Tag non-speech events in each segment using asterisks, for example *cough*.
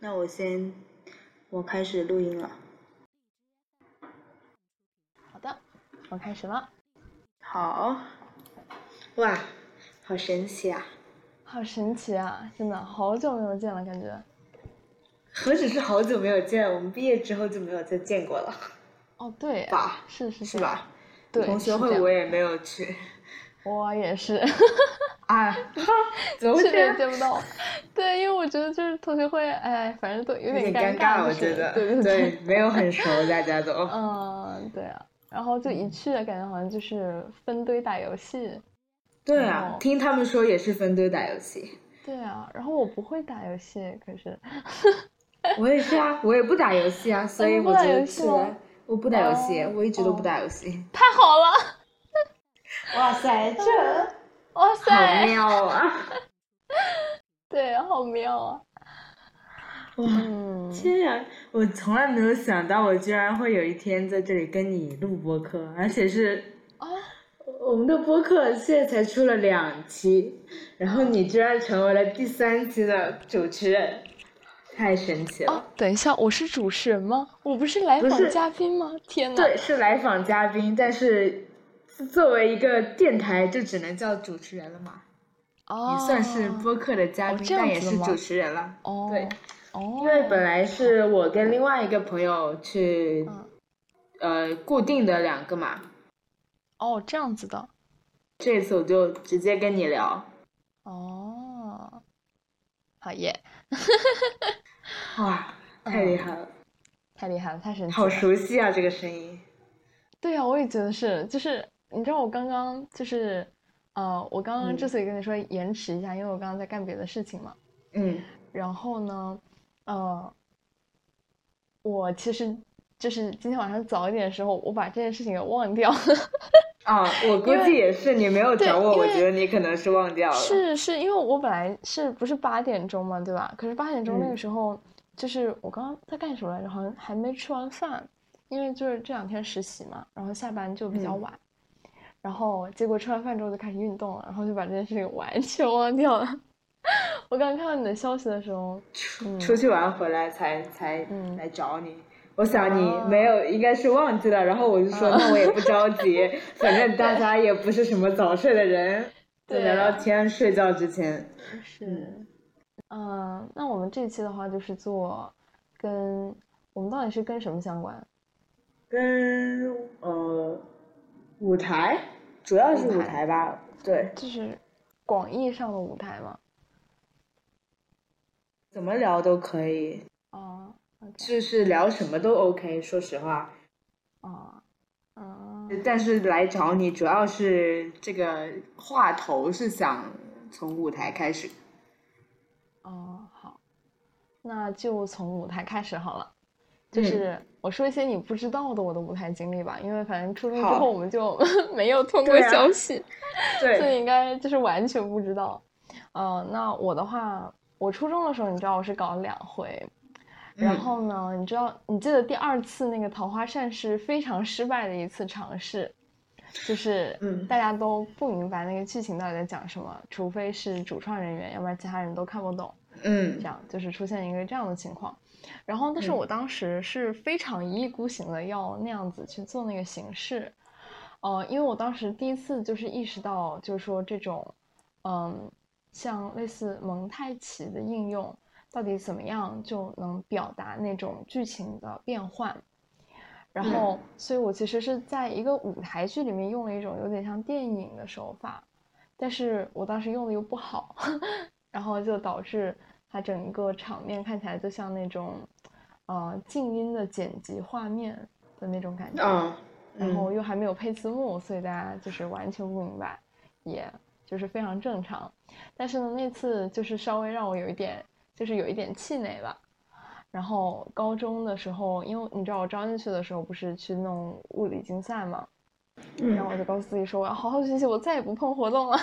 那我先，我开始录音了。好的，我开始了。好，哇，好神奇啊！好神奇啊！真的好久没有见了，感觉。何止是好久没有见，我们毕业之后就没有再见过了，哦，对，吧？是是是这样？吧？对，同学是这会样我也没有去。我也是，啊，哈 *laughs* 怎么会这确实也样？见不 *laughs* 到。对，因为我觉得就是同学会，哎，反正都有有点尴尴尬，就我是觉得。对 *laughs* 对。对，没有很熟，大家 *laughs* 都。嗯，对啊。然后就嗯一去的感觉好像就是分堆打游戏。对然啊后，听他们说也是分队打游戏，对啊，然后我不会打游戏，可 *laughs* 是我也是啊，我也不打游戏啊，所以你不我打觉得游戏是啊吗的我不打游戏，哦我一直都不哦打游戏。太好 *laughs* 了，哇塞，这哇好塞，妙啊！对，好妙啊。哇，*laughs* 嗯，天呀！我从来没有想到，我居然会有一天在这里跟你录播客，而且是啊，我们的播客现在才出了两期，然后你居然成为了第三期的主持人，太神奇了！哦，等一下，我是主持人吗？我不是来不访是嘉宾吗？天呐！对，是来访嘉宾，但是作为一个电台，就只能叫主持人了嘛。哦，你算是播客的嘉哦宾，这样但也子的是吗主持人了。哦，对，哦，因为本来是我跟另外一个朋友去，嗯呃，固定的两个嘛，哦这样子的，这次我就直接跟你聊。哦，好耶，哇，太厉害了，太厉害了，太神奇好了。熟悉啊，这个声音。对啊，我也觉得是，就是你知道我刚刚就是，呃，我刚刚之嗯所以跟你说延迟一下，因为我刚刚在干别的事情嘛。嗯然后呢，呃，我其实就是今天晚上早一点的时候，我把这件事情给忘掉了。啊，我估因为计也是，你没有对找我，因我为觉得你可能是忘掉了。是是，因为我本来是不是八点钟嘛，对吧？可是八点钟那个嗯时候，就是我刚刚在干什么来着？好像还没吃完饭，因为就是这两天实习嘛，然后下班就比较嗯晚。然后结果吃完饭之后就开始运动了，然后就把这件事情完全忘掉了。 *laughs* 我刚看到你的消息的时候，出嗯出去玩回来才才嗯来找你。我想你啊没有，应该是忘记了。然后我就说，啊那我也不着 *laughs* 急，反正大家也不是什么早睡的人，就对聊啊聊天，睡觉之前。是，嗯，那我们这期的话就是做跟我们到底是跟什么相关？跟呃舞台，主要是舞舞台台吧，对，就是广义上的舞台嘛。怎么聊都可以，哦，OK，就是聊什么都 OK。说实话，哦，嗯，但是来找你主要是这个话头是想从舞台开始。哦，好，那就从舞台开始好了。嗯就是我说一些你不知道的我的舞台经历吧，因为反正初中之好后我们就 *laughs* 没有通过对啊消息，所对，嗯以应该就是完全不知道。嗯，那我的话，我初中的时候你知道我是搞了两回，然嗯后呢，你知道你记得第二次那个桃花扇是非常失败的一次尝试，就是嗯大家都不明白那个剧情到底在讲什么，除非是主创人员，要不然其他人都看不懂。这嗯样就是出现一个这样的情况。然后，但是嗯我当时是非常一意孤行的要那样子去做那个形式，呃，因为我当时第一次就是意识到，就是说这种，嗯，像类似蒙太奇的应用，到底怎么样就能表达那种剧情的变换。然后，所以我其实是在一个舞台剧里面用了一种有点像电影的手法，但是我当时用的又不好， *laughs* 然后就导致它整个场面看起来就像那种，呃，静音的剪辑画面的那种感觉，啊，然嗯后又还没有配字幕，所以大家就是完全不明白，也就是非常正常。但是呢，那次就是稍微让我有一点，就是有一点气馁吧。然后高中的时候，因为你知道我招进去的时候不是去弄物理竞赛嘛，然嗯，后我就告诉自己说我要好好学习，我再也不碰活动了。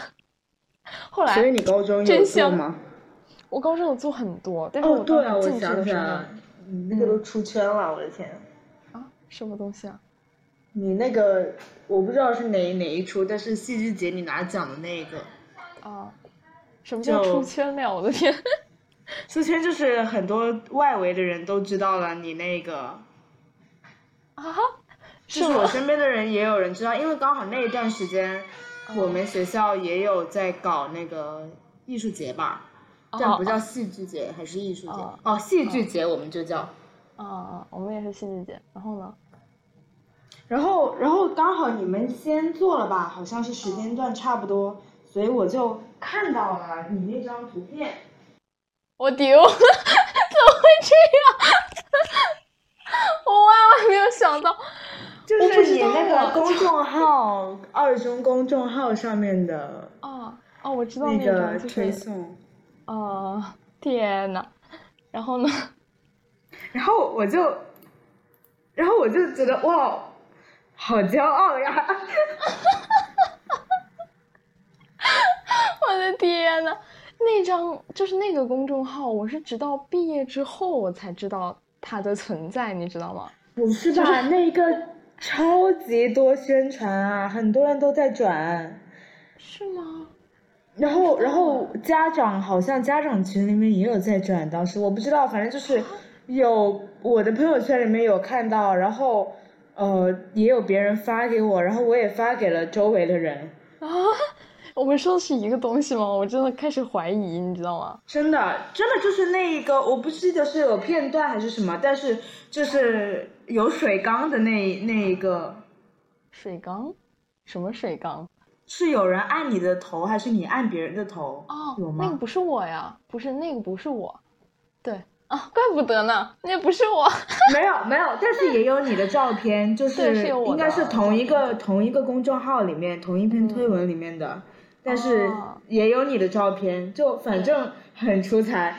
后来所以你高中有真做香吗？我高中有做很多，但是哦，我对啊，当我时进去想的起时来候、嗯了，你那个都出圈了，我的天！啊，什么东西啊？你那个我不知道是哪哪一出，但是戏剧节你拿奖的那个，啊，什么叫就出圈了呀？我的天！ *laughs* 书圈就是很多外围的人都知道了你那个，啊，就是是我吗？身边的人也有人知道，因为刚好那一段时间哦我们学校也有在搞那个艺术节吧，但不哦叫戏剧节，还是艺术节哦哦，戏剧节我们就叫。哦哦，我们也是戏剧节。然后呢？然后，然后刚好你们先做了吧，好像是时间段差不多，所以我就看到了你那张图片。 *laughs* 我丢， *laughs* 怎么会这样？ *laughs* 我万万没有想到，就我不是知你道那啊个公众号，二中公众号上面的哦哦，我知道那那张个就推是，送，哦，天呐，然后呢？ *laughs* 然后我就，然后我就觉得哇，好骄傲 *laughs* 呀！我的天呐，那张就是那个公众号，我是直到毕业之后我才知道它的存在，你知道吗？不是吧？那个超级多宣传啊，很多人都在转。是吗？然后，然后家长好像家长群里面也有在转，当时我不知道，反正就是有我的朋友圈里面有看到，然后呃也有别人发给我，然后我也发给了周围的人。啊，我们说的是一个东西吗？我真的开始怀疑，你知道吗？真的，真的就是那一个，我不记得是有片段还是什么，但是就是有水缸的那那一个，水缸？什么水缸？是有人按你的头还是你按别人的头？哦有，那吗个？不是我呀，不是那个不是我，对啊，怪不得呢，那不是我。 *laughs* 没有没有，但是也有你的照片，就对是有我的应该是同一个同一个公众号里面同一篇推文里面的，但是嗯哦也有你的照片，就反正很出彩，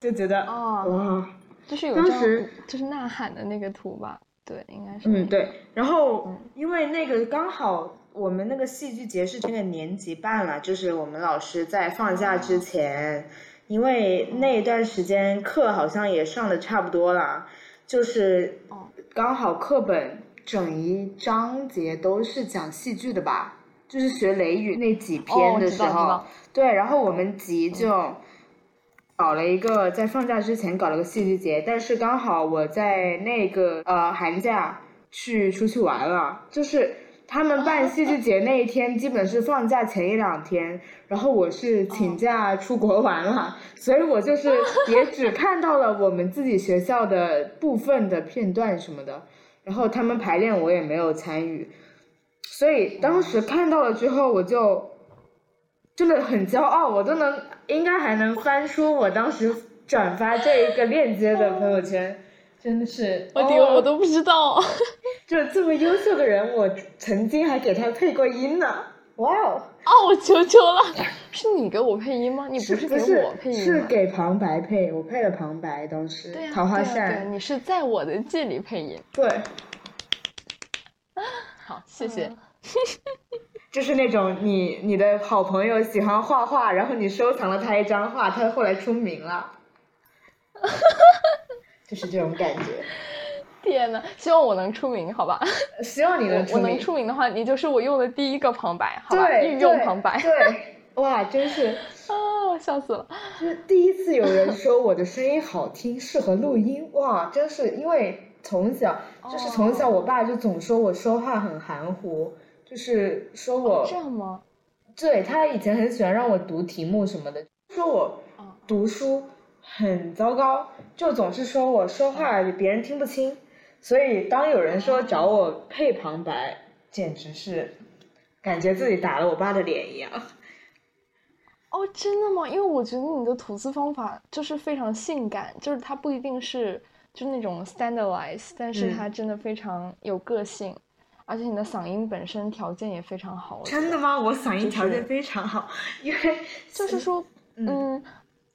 就觉得哦哇，就是有当一张时就是呐喊的那个图吧？对，应该是那嗯个。对，然后嗯因为那个刚好我们那个戏剧节是这个年级办了，就是我们老师在放假哦之前，因为那一段时间课好像也上的差不多了，就是哦刚好课本整一章节都是讲戏剧的吧，就是学《雷雨》那几哦篇我的知时道知候，道对，然后我们集就搞了一个在放假之前搞了个戏剧节，但是刚好我在那个呃寒假去出去玩了，就是他们啊办戏剧节那一天基本是放假前一两天，然后我是请假出国玩了，所以我就是也只看到了我们自己学校的部分的片段什么的，然后他们排练我也没有参与，所以当时看到了之后我就。真的很骄傲，我都能应该还能翻出我当时转发这一个链接的朋友圈，真的是我丢，我哦都不知道。 *laughs* 就这么优秀的人，我曾经还给他配过音呢。哇哦，哦，我求求了， *laughs* 是你给我配音吗？你不不给是我配音是吗？给旁白配，我配了旁白，当时对呀、啊桃花对啊呀对呀扇，你是在我的记里配音。对好，谢谢。就是那种你你的好朋友喜欢画画，然后你收藏了他一张画，他后来出名了，就是这种感 *laughs* 觉。 *laughs* 天呐，希望我能出名，好吧？希望你能 *laughs* 我出能名。出名的话，你就是我用的第一个旁白，好吧？对，御用对旁白。对，哇，真是， *laughs* 啊，笑死了。就是第一次有人说我的声音好听，适合录音，哇，真是因为从小哦就是从小我爸就总说我说话很含糊，就是说我这样吗？对他以前很喜欢让我读题目什么的，说我哦读书很糟糕，就总是说我说话别人听不清，所以当有人说找我配旁白，简直是感觉自己打了我爸的脸一样。哦，真的吗？因为我觉得你的吐字方法就是非常性感，就是它不一定是就是那种 standardize，但是嗯它真的非常有个性，而且你的嗓音本身条件也非常好。我觉真得的吗？我嗓音条就件是非常好，因为 *laughs* 就是说，嗯嗯，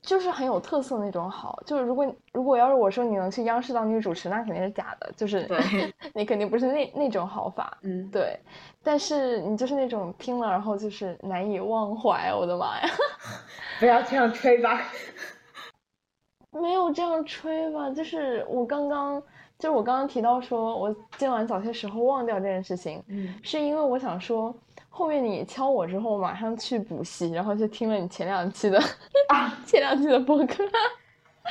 就是很有特色那种好。就是如果如果要是我说你能去央视当女主持，那肯定是假的，就是对， *laughs* 你肯定不是那那种好法。嗯，对，但是你就是那种听了然后就是难以忘怀，我的妈呀！不要这样吹吧。没有这样吹吧，就是我刚刚，就是我刚刚提到说，我今晚早些时候忘掉这件事情，嗯是因为我想说，后面你敲我之后，马上去补习，然后就听了你前两期的啊，前两期的播客，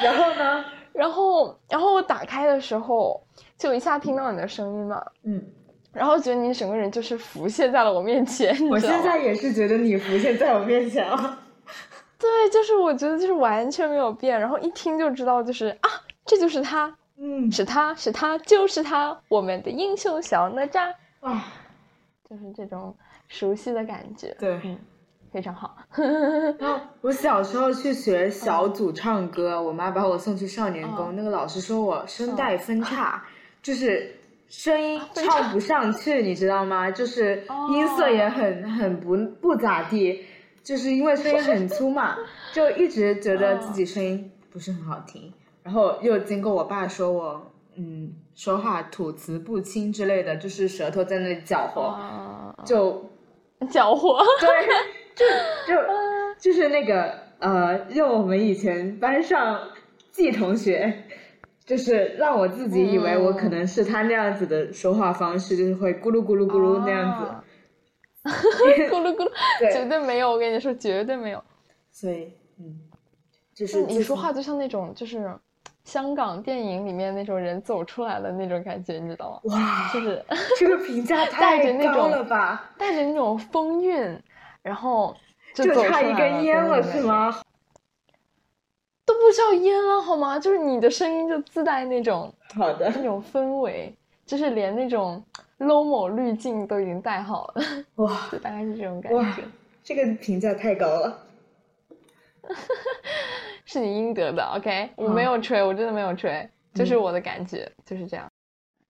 然后呢？然后然后我打开的时候，就一下听到你的声音嘛，嗯，然后觉得你整个人就是浮现在了我面前，你我知道现吗在也是觉得你浮现在我面前了。 *laughs* 对，就是我觉得就是完全没有变，然后一听就知道就是啊，这就是他，嗯，是他是他就是他，我们的英雄小哪吒，啊，就是这种熟悉的感觉，对嗯，非常好，然后我小时候去学小组唱歌，我妈把我送去少年宫，嗯那个老师说我声带分叉，就是声音分叉哦唱不上去，你知道吗？就是音色也很、很不不咋地，就是因为声音很粗嘛，就一直觉得嗯自己声音不是很好听。然后又经过我爸说我，嗯，说话吐词不清之类的，就是舌头在那里搅和，啊，就搅和，对，就 *laughs* 就就是那个呃，用我们以前班上季同学，就是让我自己以为我可能是他那样子的说话方式，就是会咕噜咕噜咕噜那样子。啊 *laughs* 咕噜咕噜，绝对，对没有，我跟你说，绝对没有。所以嗯，就是嗯你说话就像那种就是香港电影里面那种人走出来的那种感觉，你知道吗？哇，就是 *laughs* 这个评价带着太那高种了吧？带着那种风韵，然后就就走出差一来根烟了了对是？吗？都不需要烟了好吗？就是你的声音就自带那种好的，那种氛围，就是连那种 lomo 滤镜都已经带好了， *laughs* 哇，就大概是这种感哇觉，这个评价太高了。是你应得的。OK，我好没有吹，我真的没有嗯吹，就是我的感觉、就是这样。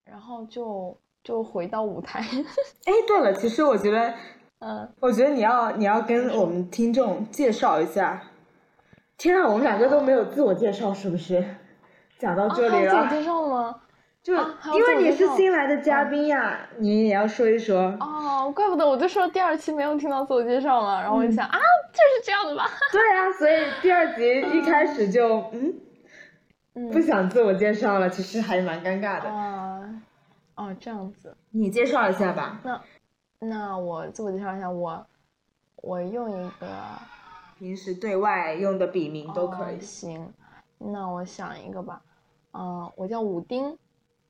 然后就就回到舞 *laughs* 台，哎，对了，其实我觉得嗯，我觉得你要你要跟我们听众介绍一下。天啊，我们两个都没有自我介绍，是不是？讲到啊，这还里有了，自我介绍了吗？就、啊还有因为你自是我介绍新来的嘉宾呀、你也要说一说。哦，怪不得我就说第二期没有听到自我介绍嗯嘛，然后我就想、啊，就是这样的吧。对啊，所以第二集一开始就嗯嗯不想自我介绍了，其实还蛮尴尬的。啊，哦，这样子。你介绍一下吧，那我自我介绍一下，我我用一个平时对外用的笔名都可以哦。行，那我想一个吧。嗯、我叫武丁，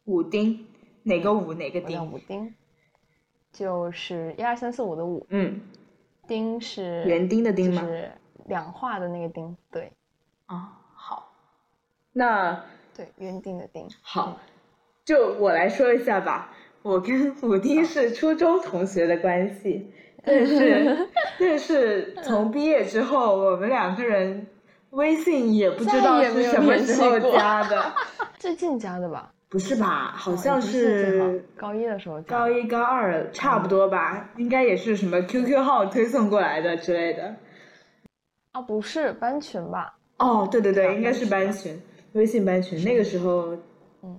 武丁，哪个武哪个我叫丁？武丁，就是一二三四五的五，嗯，丁是园丁的丁就吗？是两画的那个丁，对啊，好。那对，园丁的丁。好，就我来说一下吧。我 *laughs* 跟武丁是初中同学的关系，但 *laughs* 是但是从毕业之后，我们两个人微信也不知道再也是没有什么时候联系过加 *laughs* 的，最近加的吧？不是吧？好哦像也不最近是吧高一的时候加高的。一高二差不多吧，应该也是什么 QQ 号推送过来的之类的。啊，不是班群吧？哦，对对对啊对，应该是班群，微信班群。那个时候，嗯，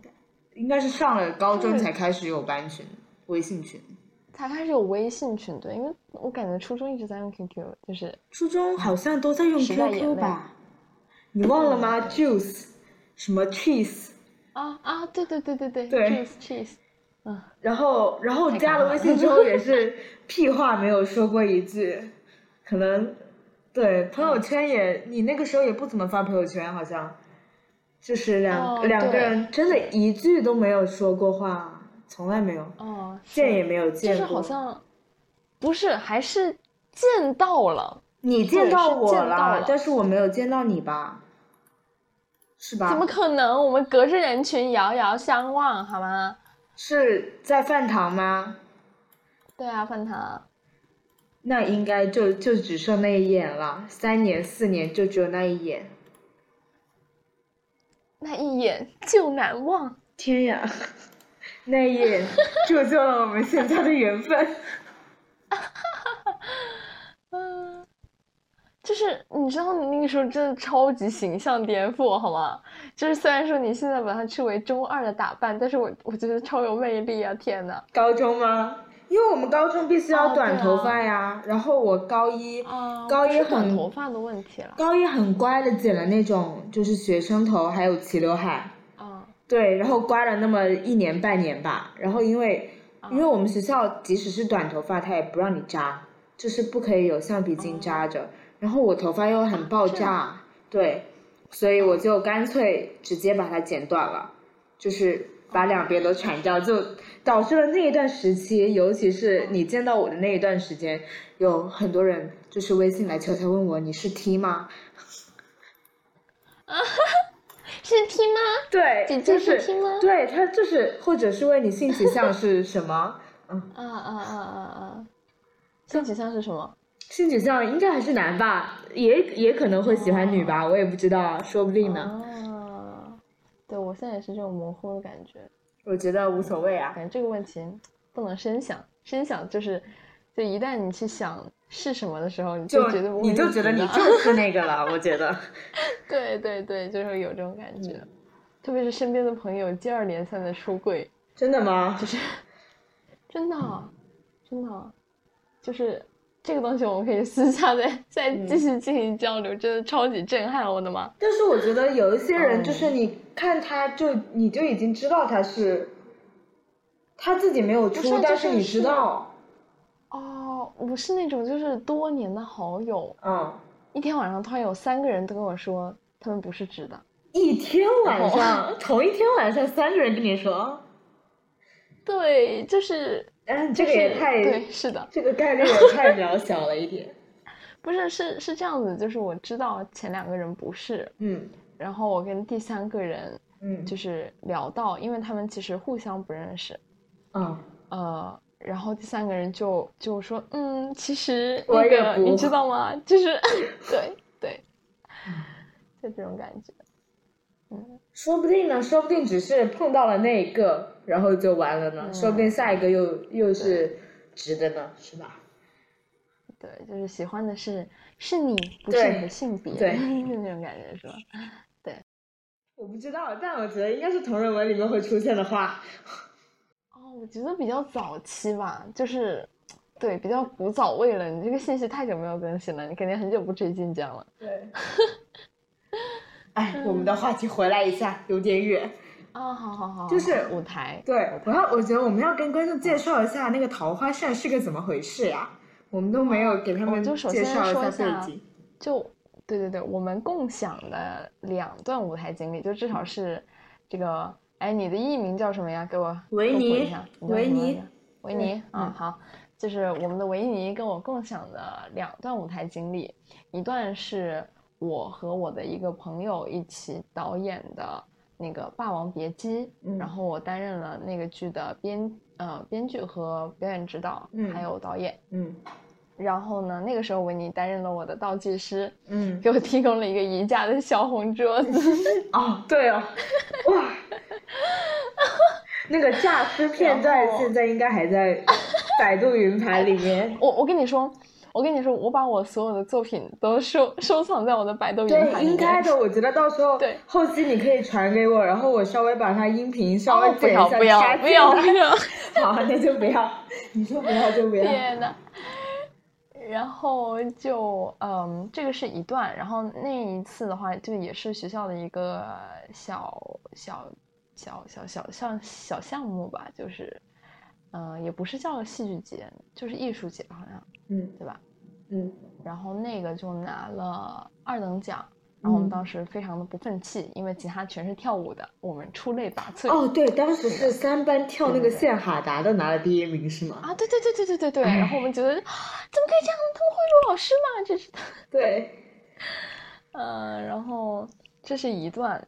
应该是上了高中就是才开始有班群，微信群。才开始有微信群对，因为我感觉初中一直在用 QQ，就是初中好像都在用时代眼 QQ 泪吧？你忘了吗？Juice，什么 Cheese，啊啊，对对对对对对，cheese cheese，嗯，然后然后太可加了怕微了信之后也是 *laughs* 屁话没有说过一句，可能对朋友圈也你那个时候也不怎么发朋友圈，好像就是两、哦两个对人真的一句都没有说过话，从来没有哦，见是也没有就见是过。好像不是，还是见到了，你见到是我见到了但是我没有见到你吧？是吧？怎么可能？我们隔着人群遥遥相望，好吗？是在饭堂吗？对啊，饭堂，那应该就就只剩那一眼了，三年四年就只有那一眼。那一眼就难忘。天呀， *laughs* 那一眼铸就了我们现在的缘分。嗯，就是你知道，你那个时候真的超级形象颠覆，好吗？就是虽然说你现在把它视为中二的打扮，但是我我觉得超有魅力啊！天呐，高中吗？因为我们高中必须要哦短对啊头发呀，然后我高一，啊高不一是短很头发的问题了高一很乖的剪了那种就是学生头，还有齐刘海。啊，对，然后刮了那么一年半年吧，然后因为因为我们学校即使是短头发，它也不让你扎，就是不可以有橡皮筋扎着。然后我头发又很爆炸，对，所以我就干脆直接把它剪短了，就是把两边都铲掉，就导致了那一段时期，尤其是你见到我的那一段时间，有很多人就是微信来悄悄问我你是 T 吗？是 T 吗？对，姐就姐是是 T 吗对他就是或者是问你性取向是什么？啊啊啊啊啊！性取向是什么？性取向应该还是男吧，也也可能会喜欢女吧，我也不知道，说不定哦呢。啊，对我现在也是这种模糊的感觉，我觉得无所谓啊。感觉这个问题不能深想，深想就是，就一旦你去想是什么的时候，你就觉得不会你就觉得是你的就是那个了，我觉得。 *laughs* 对对对，就是会有这种感觉，嗯特别是身边的朋友接二连三的出柜，真的吗？真的，真的，就是这个东西，我们可以私下再再嗯继续进行交流，真的超级震撼，我的妈！但是我觉得有一些人，哦就是你看他就你就已经知道他是，他自己没有不是出就，但是是你知道，哦，我是那种就是多年的好友，嗯，一天晚上突然有三个人都跟我说他们不是直的，一天晚哦上，同一天晚上三个人跟你说，对，就是嗯，就这个也是太对，是的，这个概率也太渺小了一点。不是是是这样子，就是我知道前两个人不是， *laughs* 嗯然后我跟第三个人嗯，就是聊到，因为他们其实互相不认识，嗯，呃，然后第三个人就就说，嗯，其实我那也个不你知道吗？就是 *laughs* 对 *laughs* 对，就这种感觉，说不定呢，说不定只是碰到了那一个，然后就完了呢，嗯说不定下一个又又是直的呢，是吧？对，就是喜欢的是是你，不是你的对性别， *laughs* 对那种感觉是吧？我不知道，但我觉得应该是同人文里面会出现的话。哦，我觉得比较早期吧，就是，对，比较古早味了。你这个信息太久没有更新了，你肯定很久不追晋江了对。哎，我们的话题回来一下，有点远。啊！好好好，就是舞台，对舞，我台要我觉得我们要跟观众介绍一下那个桃花扇是个怎么回事呀、哦我们都没有给他我们就首先介绍说一背下景。就对对对，我们共享的两段舞台经历，就至少是这个，哎，你的艺名叫什么呀？给我维科普尼一下，你叫维什么来尼着，维对尼啊嗯，好，就是我们的维尼跟我共享的两段舞台经历，一段是我和我的一个朋友一起导演的那个《霸王别姬》，嗯然后我担任了那个剧的编呃编剧和表演指导，嗯还有导演。嗯然后呢，那个时候维尼担任了我的道具师，嗯， *laughs* 给我提供了一个宜家的小红桌子。 *laughs* 哦，对哦， *laughs* 哇，那个诈尸片段然后现在应该还在百度云盘里面。我我跟你说，我跟你说，我把我所有的作品都收收藏在我的百度云盘 *laughs* 对，里面。应该的，我觉得到时候对后期你可以传给我，然后我稍微把它音频稍微哦，不剪一下，要不要插不进要来不要！ *laughs* 好，那就不要， *laughs* 你说不要 *laughs* 就不要。天呐。然后就嗯，这个是一段，然后那一次的话，就也是学校的一个小小小小小项小项目吧，就是，嗯、也不是叫戏剧节，就是艺术节好像，嗯，对吧？嗯然后那个就拿了二等奖，然后我们嗯当时非常的不愤气，因为其他全是跳舞的，我们出类拔萃。哦，对，当时是三班跳那个献哈达的拿了第一名是吗？啊，对对对对对对对，嗯然后我 *laughs* 们觉得、啊怎么可以这样？他们贿赂老师吗？这是，对，嗯，然后这是一段，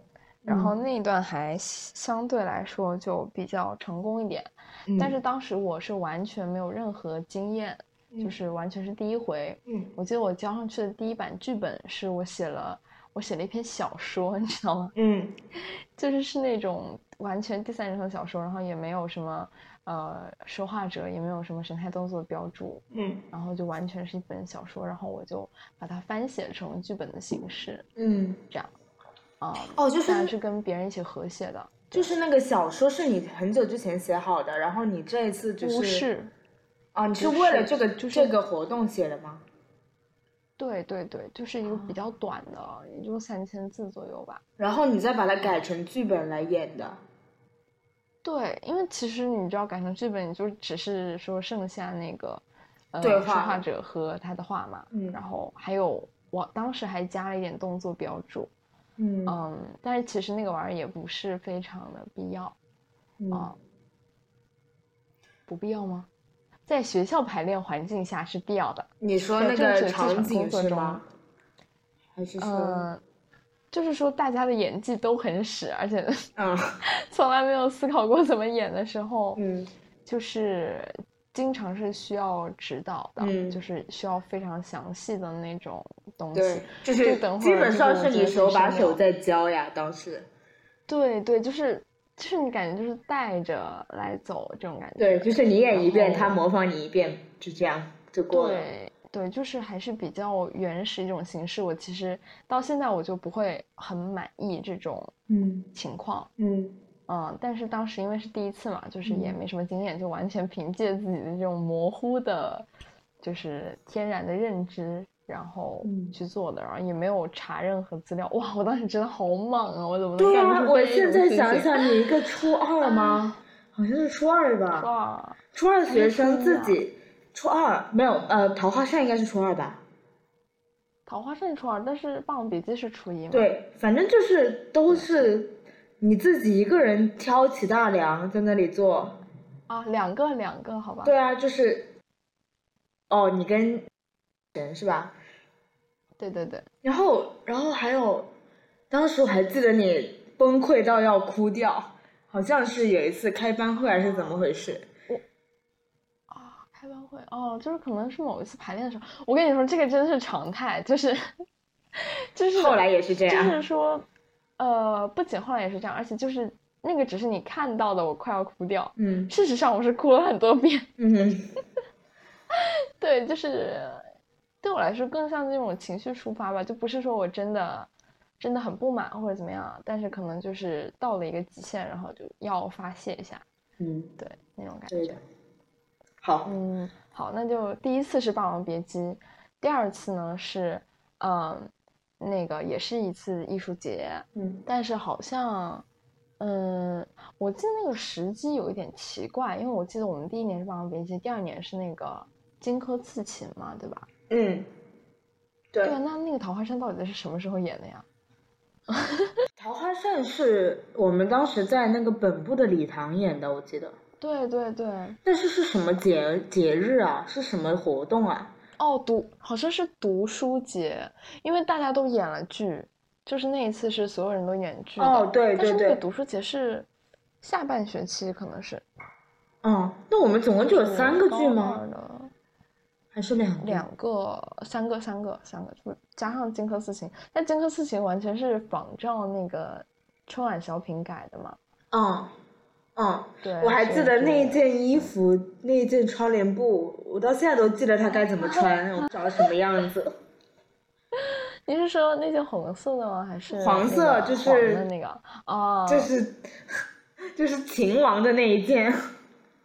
然后嗯那一段还相对来说就比较成功一点，嗯但是当时我是完全没有任何经验，就嗯是完全是第一回。嗯我记得我交上去的第一版剧本是我写了，我写了一篇小说，你知道吗？嗯就是是那种完全第三人称小说，然后也没有什么呃说话者，也没有什么神态动作的标注，嗯然后就完全是一本小说，然后我就把它翻写成剧本的形式嗯，啊，哦，就当然是是跟别人一起合写的，就是那个小说是你很久之前写好的，然后你这一次只不是是，啊，你是不为是了这个就是这个活动写的吗？对对对，就是一个啊比较短的，也就三千字左右吧。然后你再把它改成剧本来演的。对，因为其实你知道改成剧本，你就只是说剩下那个，呃，对说话话者和他的话嘛，嗯然后还有我当时还加了一点动作标注，嗯嗯，但是其实那个玩意儿也不是非常的必要啊嗯，，不必要吗？在学校排练环境下是必要的，你说那在个正式场职场景工作是中吗？还是说，嗯，就是说大家的演技都很屎，而且 *laughs* 嗯哦从来没有思考过怎么演的时候，嗯就是经常是需要指导的，嗯就是需要非常详细的那种东西对。，就这是等会基儿本就是上我是觉你得手是把没手有在教呀，当时。对对，就是就是你感觉就是带着来走这种感觉。对，就是你演一遍，然后他模仿你一遍，就这样就过了。对对，就是还是比较原始一种形式。我其实到现在我就不会很满意这种嗯情况。嗯嗯，但是当时因为是第一次嘛，就是也嗯没什么经验，就完全凭借自己的这种模糊的，就是天然的认知，然后嗯去做的，然后也没有查任何资料。哇，我当时真的好莽啊！我怎么能对干啊，出我这现种在事想情？想，你一个初二吗？好像是初二吧？哇，初二学生自还是初一己，初二没有，呃，桃花扇应该是初二吧？桃花扇初二，但是《霸王别姬》是初一嘛？，对，反正就是都是你自己一个人挑起大梁在那里做。啊，两个两个，好吧？对啊，就是，哦，你跟人是吧？对对对，然后，然后还有，当时我还记得你崩溃到要哭掉，好像是有一次开班会还是怎么回事？啊，开班会哦，就是可能是某一次排练的时候，我跟你说，这个真是常态，就是 *laughs* 就是后来也是这就样。是说，呃，不仅后来也是这样，而且就是那个只是你看到的，我快要哭掉。嗯事实上，我是哭了很多遍。嗯对，就是对我来说，更像那种情绪抒发吧，就不是说我真的真的很不满或者怎么样，但是可能就是到了一个极限，然后就要发泄一下，嗯，对那种感对觉的。。好，嗯，好，那就第一次是《霸王别姬》，第二次呢是，嗯，那个也是一次艺术节，嗯但是好像，嗯，我记得那个时机有一点奇怪，因为我记得我们第一年是《霸王别姬》，第二年是那个荆轲刺秦嘛，对吧？嗯，对，对啊，那那个桃花扇到底是什么时候演的呀？桃花扇是我们当时在那个本部的礼堂演的，我记得。对对对，但是是什么节节日啊？是什么活动啊？哦，读好像是读书节，因为大家都演了剧，就是那一次是所有人都演剧的，哦，对但对是那个对，读书节是下半学期，可能是嗯，那我们总共就有就是三个高剧吗？二的。还是两个？啊两个、三个、三个、三个，就是加上荆轲刺秦。但荆轲刺秦完全是仿照那个春晚小品改的嘛。嗯嗯，对，我还所记以得就那一件衣服，那一件窗帘布，我到现在都记得它该怎么穿，我长什么样 *laughs* 子。你是说那件红色的吗？还是黄那色个就是黄的那个？哦，就，是就是秦王的那一件。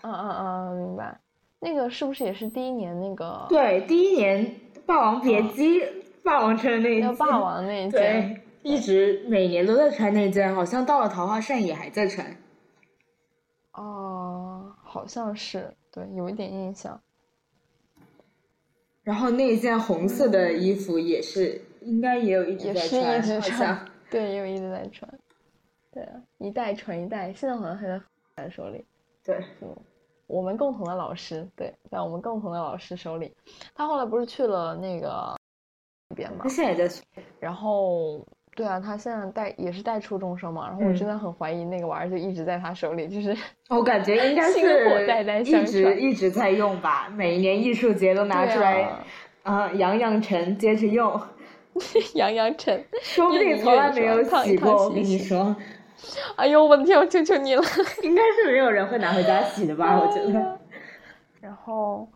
嗯嗯嗯，明白。那个是不是也是第一年那个对，第一年《霸王别姬》霸王穿的那一那件，个霸王那一件？对，一直每年都在穿那件，好像到了桃花扇也还在穿。哦，好像是，对，有一点印象。然后那一件红色的衣服也是，应该也有一直也在是一好直穿像，对，也有一直在穿，对啊，一代传一代，现在好像还在传手里，对，就我们共同的老师，对，在我们共同的老师手里，他后来不是去了那个那边嘛他，现在也在穿。然后对啊，他现在带也是带初中生嘛，然后我嗯真的很怀疑那个玩意儿就一直在他手里，就是我感 *laughs* 觉应该薪火是代代一相直传一直在用吧，每一年艺术节都拿对出来，啊啊，养养成接着用， *laughs* 杨洋晨，说不越定移从越来没有是吧烫洗烫过。洗我跟一你洗说，哎呦我的天，我求求你了。 *laughs* 应该是没有人会拿回家洗的吧？我觉啊得，然后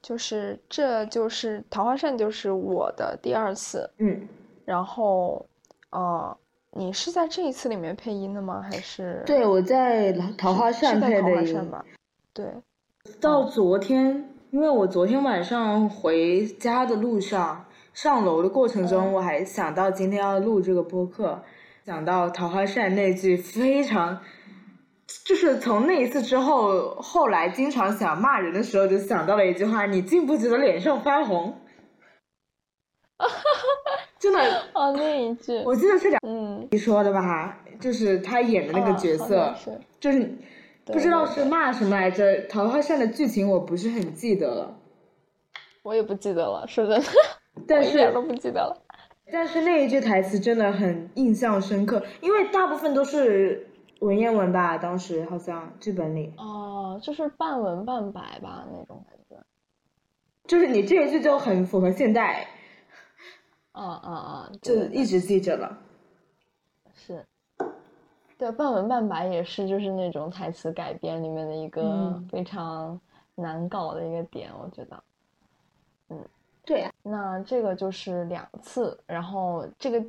就是，这就是桃花扇，就是我的第二次。嗯，然后，呃，你是在这一次里面配音的吗？还是对，我在桃花是扇在配桃花的扇音，吧？对，到昨天，因为我昨天晚上回家的路上，上楼的过程嗯中，我还想到今天要录这个播客，想到桃花扇那句非常就是从那一次之后，后来经常想骂人的时候，就想到了一句话：“你竟不觉得脸上发红？” *laughs* 真的，哦，那一句，我记得是梁嗯，你说的吧？就是他演的那个啊角好色，像是就是不知道是骂什么来着，《桃花扇》的剧情我不是很记得了，我也不记得了，说真的， *laughs* 但我一点是都不记得了。但是那一句台词真的很印象深刻，因为大部分都是文言文吧，当时好像剧本里，哦，就是半文半白吧那种感觉。就是你这一句就很符合现代，啊啊啊！就对对一直记着了。是，对，半文半白也是就是那种台词改编里面的一个嗯非常难搞的一个点，我觉得。嗯对啊，那这个就是两次，然后这个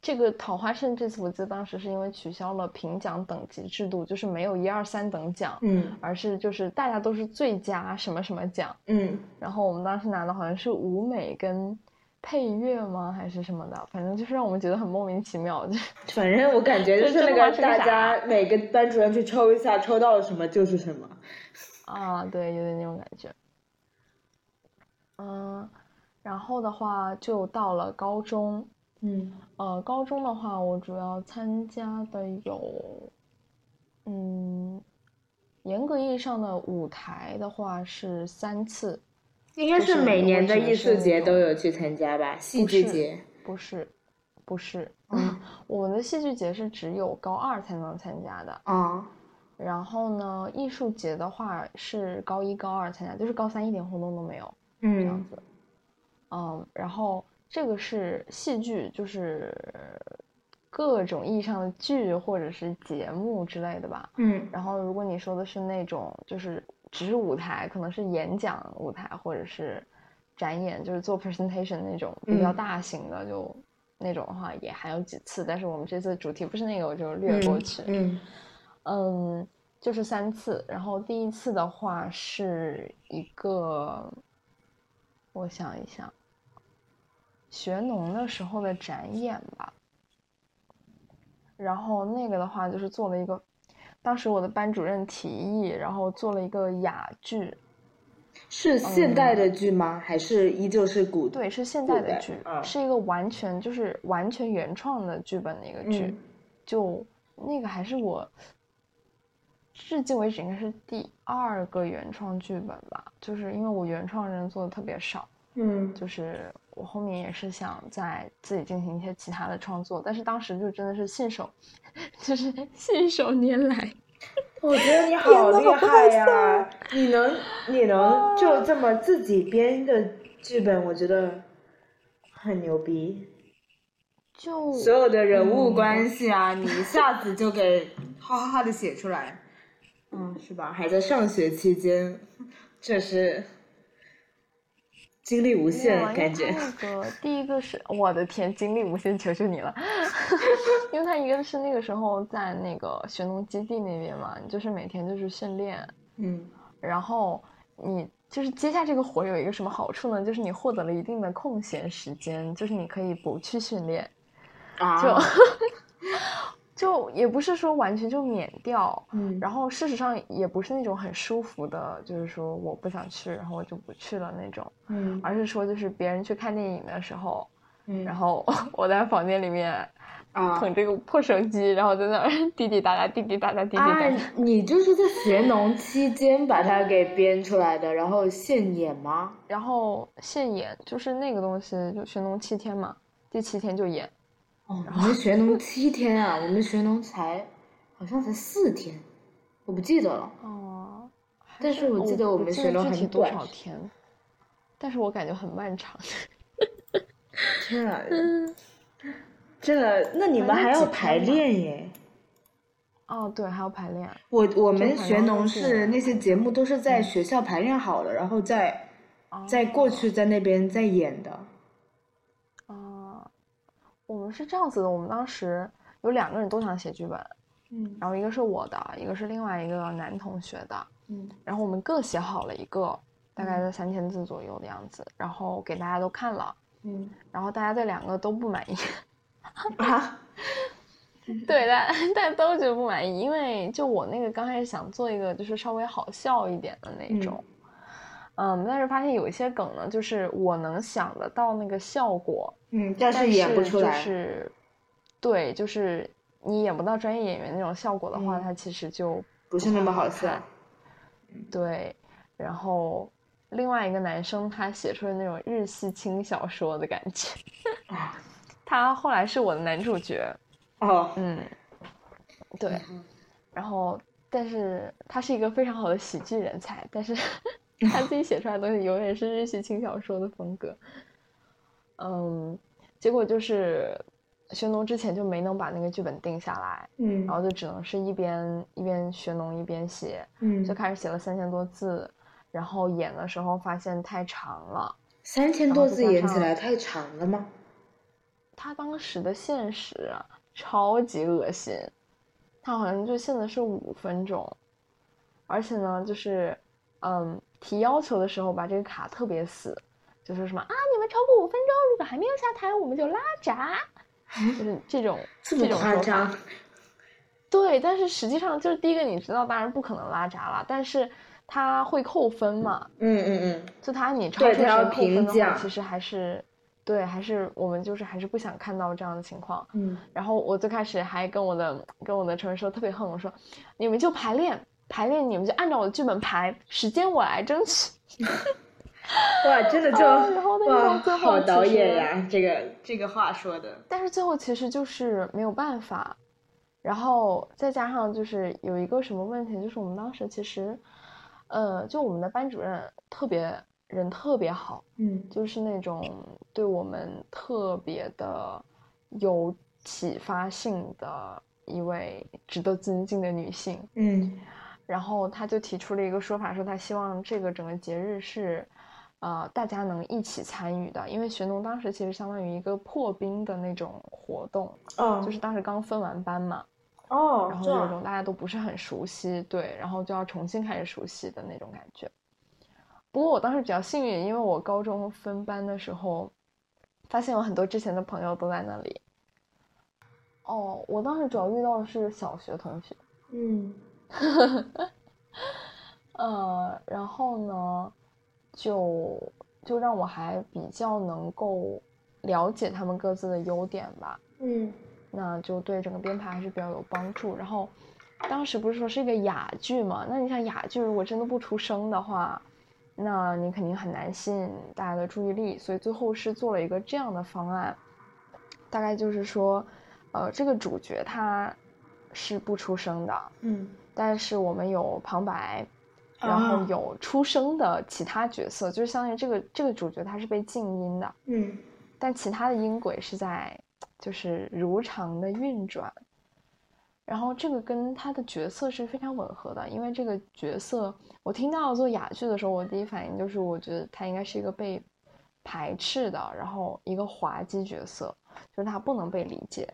这个桃花扇这次我记得当时是因为取消了评奖等级制度，就是没有一二三等奖，嗯而是就是大家都是最佳什么什么奖。嗯，然后我们当时拿的好像是舞美跟配乐吗，还是什么的，反正就是让我们觉得很莫名其妙。就是反正我感觉就这是那这他妈个是个大啥家每个班主任去抽一下，抽到了什么就是什么。啊，对，有点那种感觉。嗯，然后的话就到了高中，嗯呃，高中的话我主要参加的有，嗯，严格意义上的舞台的话是三次，应该就是是每我年只的能艺是术那节都种有去参加吧，戏不剧是节。不是，不是，嗯我们的戏剧节是只有高二才能参加的。啊，然后呢，艺术节的话是高一、高二参加，就是高三一点活动都没有这样嗯子。嗯，然后这个是戏剧，就是各种意义上的剧或者是节目之类的吧。嗯然后如果你说的是那种就是只是舞台，可能是演讲舞台或者是展演，就是做 presentation 那种比较嗯大型的就。那种的话也还有几次，但是我们这次主题不是那个，我就略过去。嗯嗯，就是三次。然后第一次的话是一个，我想一想，学农的时候的展演吧。然后那个的话就是做了一个，当时我的班主任提议，然后做了一个哑剧，是现代的剧吗？还是依旧是古？对，嗯是现古代的代剧，啊是一个完全就是完全原创的剧本的一个剧。嗯就那个还是我至今为止应该是第二个原创剧本吧，就是因为我原创人做的特别少，嗯就是我后面也是想再自己进行一些其他的创作，但是当时就真的是信手， *laughs* 就是信手拈来， *laughs* 我觉得你好天厉哪好害搞呀、笑你能你能就这么自己编的剧本，我觉得很牛逼。就所有的人嗯物关系啊，你一下子就给 *laughs* 哈哈哈的写出来，嗯，是吧？还在上学期间，确实精力无没有啊限，因为感觉它。那 *laughs* 个第一个是我的天，精力无限，求求你了。 *laughs* 因为他一个是那个时候在那个学农基地那边嘛，你就是每天就是训练， *laughs* 嗯然后你就是接下这个活有一个什么好处呢？就是你获得了一定的空闲时间，就是你可以不去训练，啊，就、 *laughs* 就也不是说完全就免掉，嗯然后事实上也不是那种很舒服的，就是说我不想去，然后我就不去了那种。嗯而是说就是别人去看电影的时候，嗯，然后 *laughs* 我在房间里面啊捧这个破手机，然后在那儿 *laughs* 滴滴答答、滴滴答答、滴滴啊答答。，你就是在学农期间把它给编出来的，然后现演吗？然后现演就是那个东西，就学农七天嘛，第七天就演。哦，你们学 *laughs* 农七天啊，我们学农才好像才四天，我不记得了。哦，但是我记得我我们不记学农得具体很多短少天， *laughs* 但是我感觉很漫长。天啊，嗯真的，那你们还要排练耶？哦，对，还要排练。我我们就很学农浪费是嗯那些节目都是在学校排练好了，然后再哦再过去在那边再演的。啊、哦我们是这样子的，我们当时有两个人都想写剧本，嗯然后一个是我的，一个是另外一个男同学的，嗯然后我们各写好了一个，大概在三千字左右的样子，然后给大家都看了，嗯然后大家对两个都不满意，啊， *laughs* 对，但但都觉得不满意，因为就我那个刚开始想做一个就是稍微好笑一点的那种，嗯，但是发现有一些梗呢，就是我能想得到那个效果，嗯，但但是演不出来，就是对，就是你演不到专业演员那种效果的话，嗯它其实就不是那么好笑看。对，然后另外一个男生他写出了那种日系轻小说的感觉， *laughs* 啊他后来是我的男主角，哦，嗯，嗯对，然后但是他是一个非常好的喜剧人才，但是他自己写出来的东西永远是日系轻小说的风格，嗯，结果就是学农之前就没能把那个剧本定下来，嗯然后就只能是一边一边学农一边写，就嗯，开始写了三千多字，然后演的时候发现太长了。三千多字演起来太长了吗？他当时的限时啊，超级恶心，他好像就限的是五分钟，而且呢，就是嗯，提要求的时候把这个卡特别死，就是什么啊，你们超过五分钟，如果还没有下台，我们就拉 *laughs* 闸，就是这种这么种夸说法。张？对，但是实际上就是第一个，你知道，当然不可能拉闸了，但是他会扣分嘛，嗯嗯嗯，就他你超对出他要时扣分评的话，价其实还是对，还是我们就是还是不想看到这样的情况。嗯，然后我最开始还跟我的跟我的成员说特别恨，我说你们就排练排练，你们就按照我的剧本排，时间我来争取。 *laughs* 哇，真 *laughs* 的就啊然后那个哇，最后好其导演实呀，这个这个话说的，但是最后其实就是没有办法，然后再加上就是有一个什么问题，就是我们当时其实，呃，就我们的班主任特别人特别好，嗯就是那种对我们特别的有启发性的一位值得尊敬的女性。嗯然后她就提出了一个说法，说她希望这个整个节日是，呃，大家能一起参与的，因为学农当时其实相当于一个破冰的那种活动，哦就是当时刚分完班嘛，哦然后这有样种大家都不是很熟悉，对，然后就要重新开始熟悉的那种感觉。不过我当时比较幸运，因为我高中分班的时候，发现有很多之前的朋友都在那里。哦，我当时主要遇到的是小学同学，嗯呃，然后呢，就就让我还比较能够了解他们各自的优点吧。嗯那就对整个编排还是比较有帮助。然后，当时不是说是一个哑剧嘛？那你想哑剧如果真的不出声的话，那你肯定很难吸引大家的注意力。所以最后是做了一个这样的方案，大概就是说，呃，这个主角他是不出声的，嗯但是我们有旁白，然后啊有出声的其他角色，就是相当于这个这个主角他是被静音的。嗯但其他的音轨是在就是如常的运转。然后这个跟他的角色是非常吻合的，因为这个角色，我听到做哑剧的时候，我第一反应就是我觉得他应该是一个被排斥的，然后一个滑稽角色，就是他不能被理解，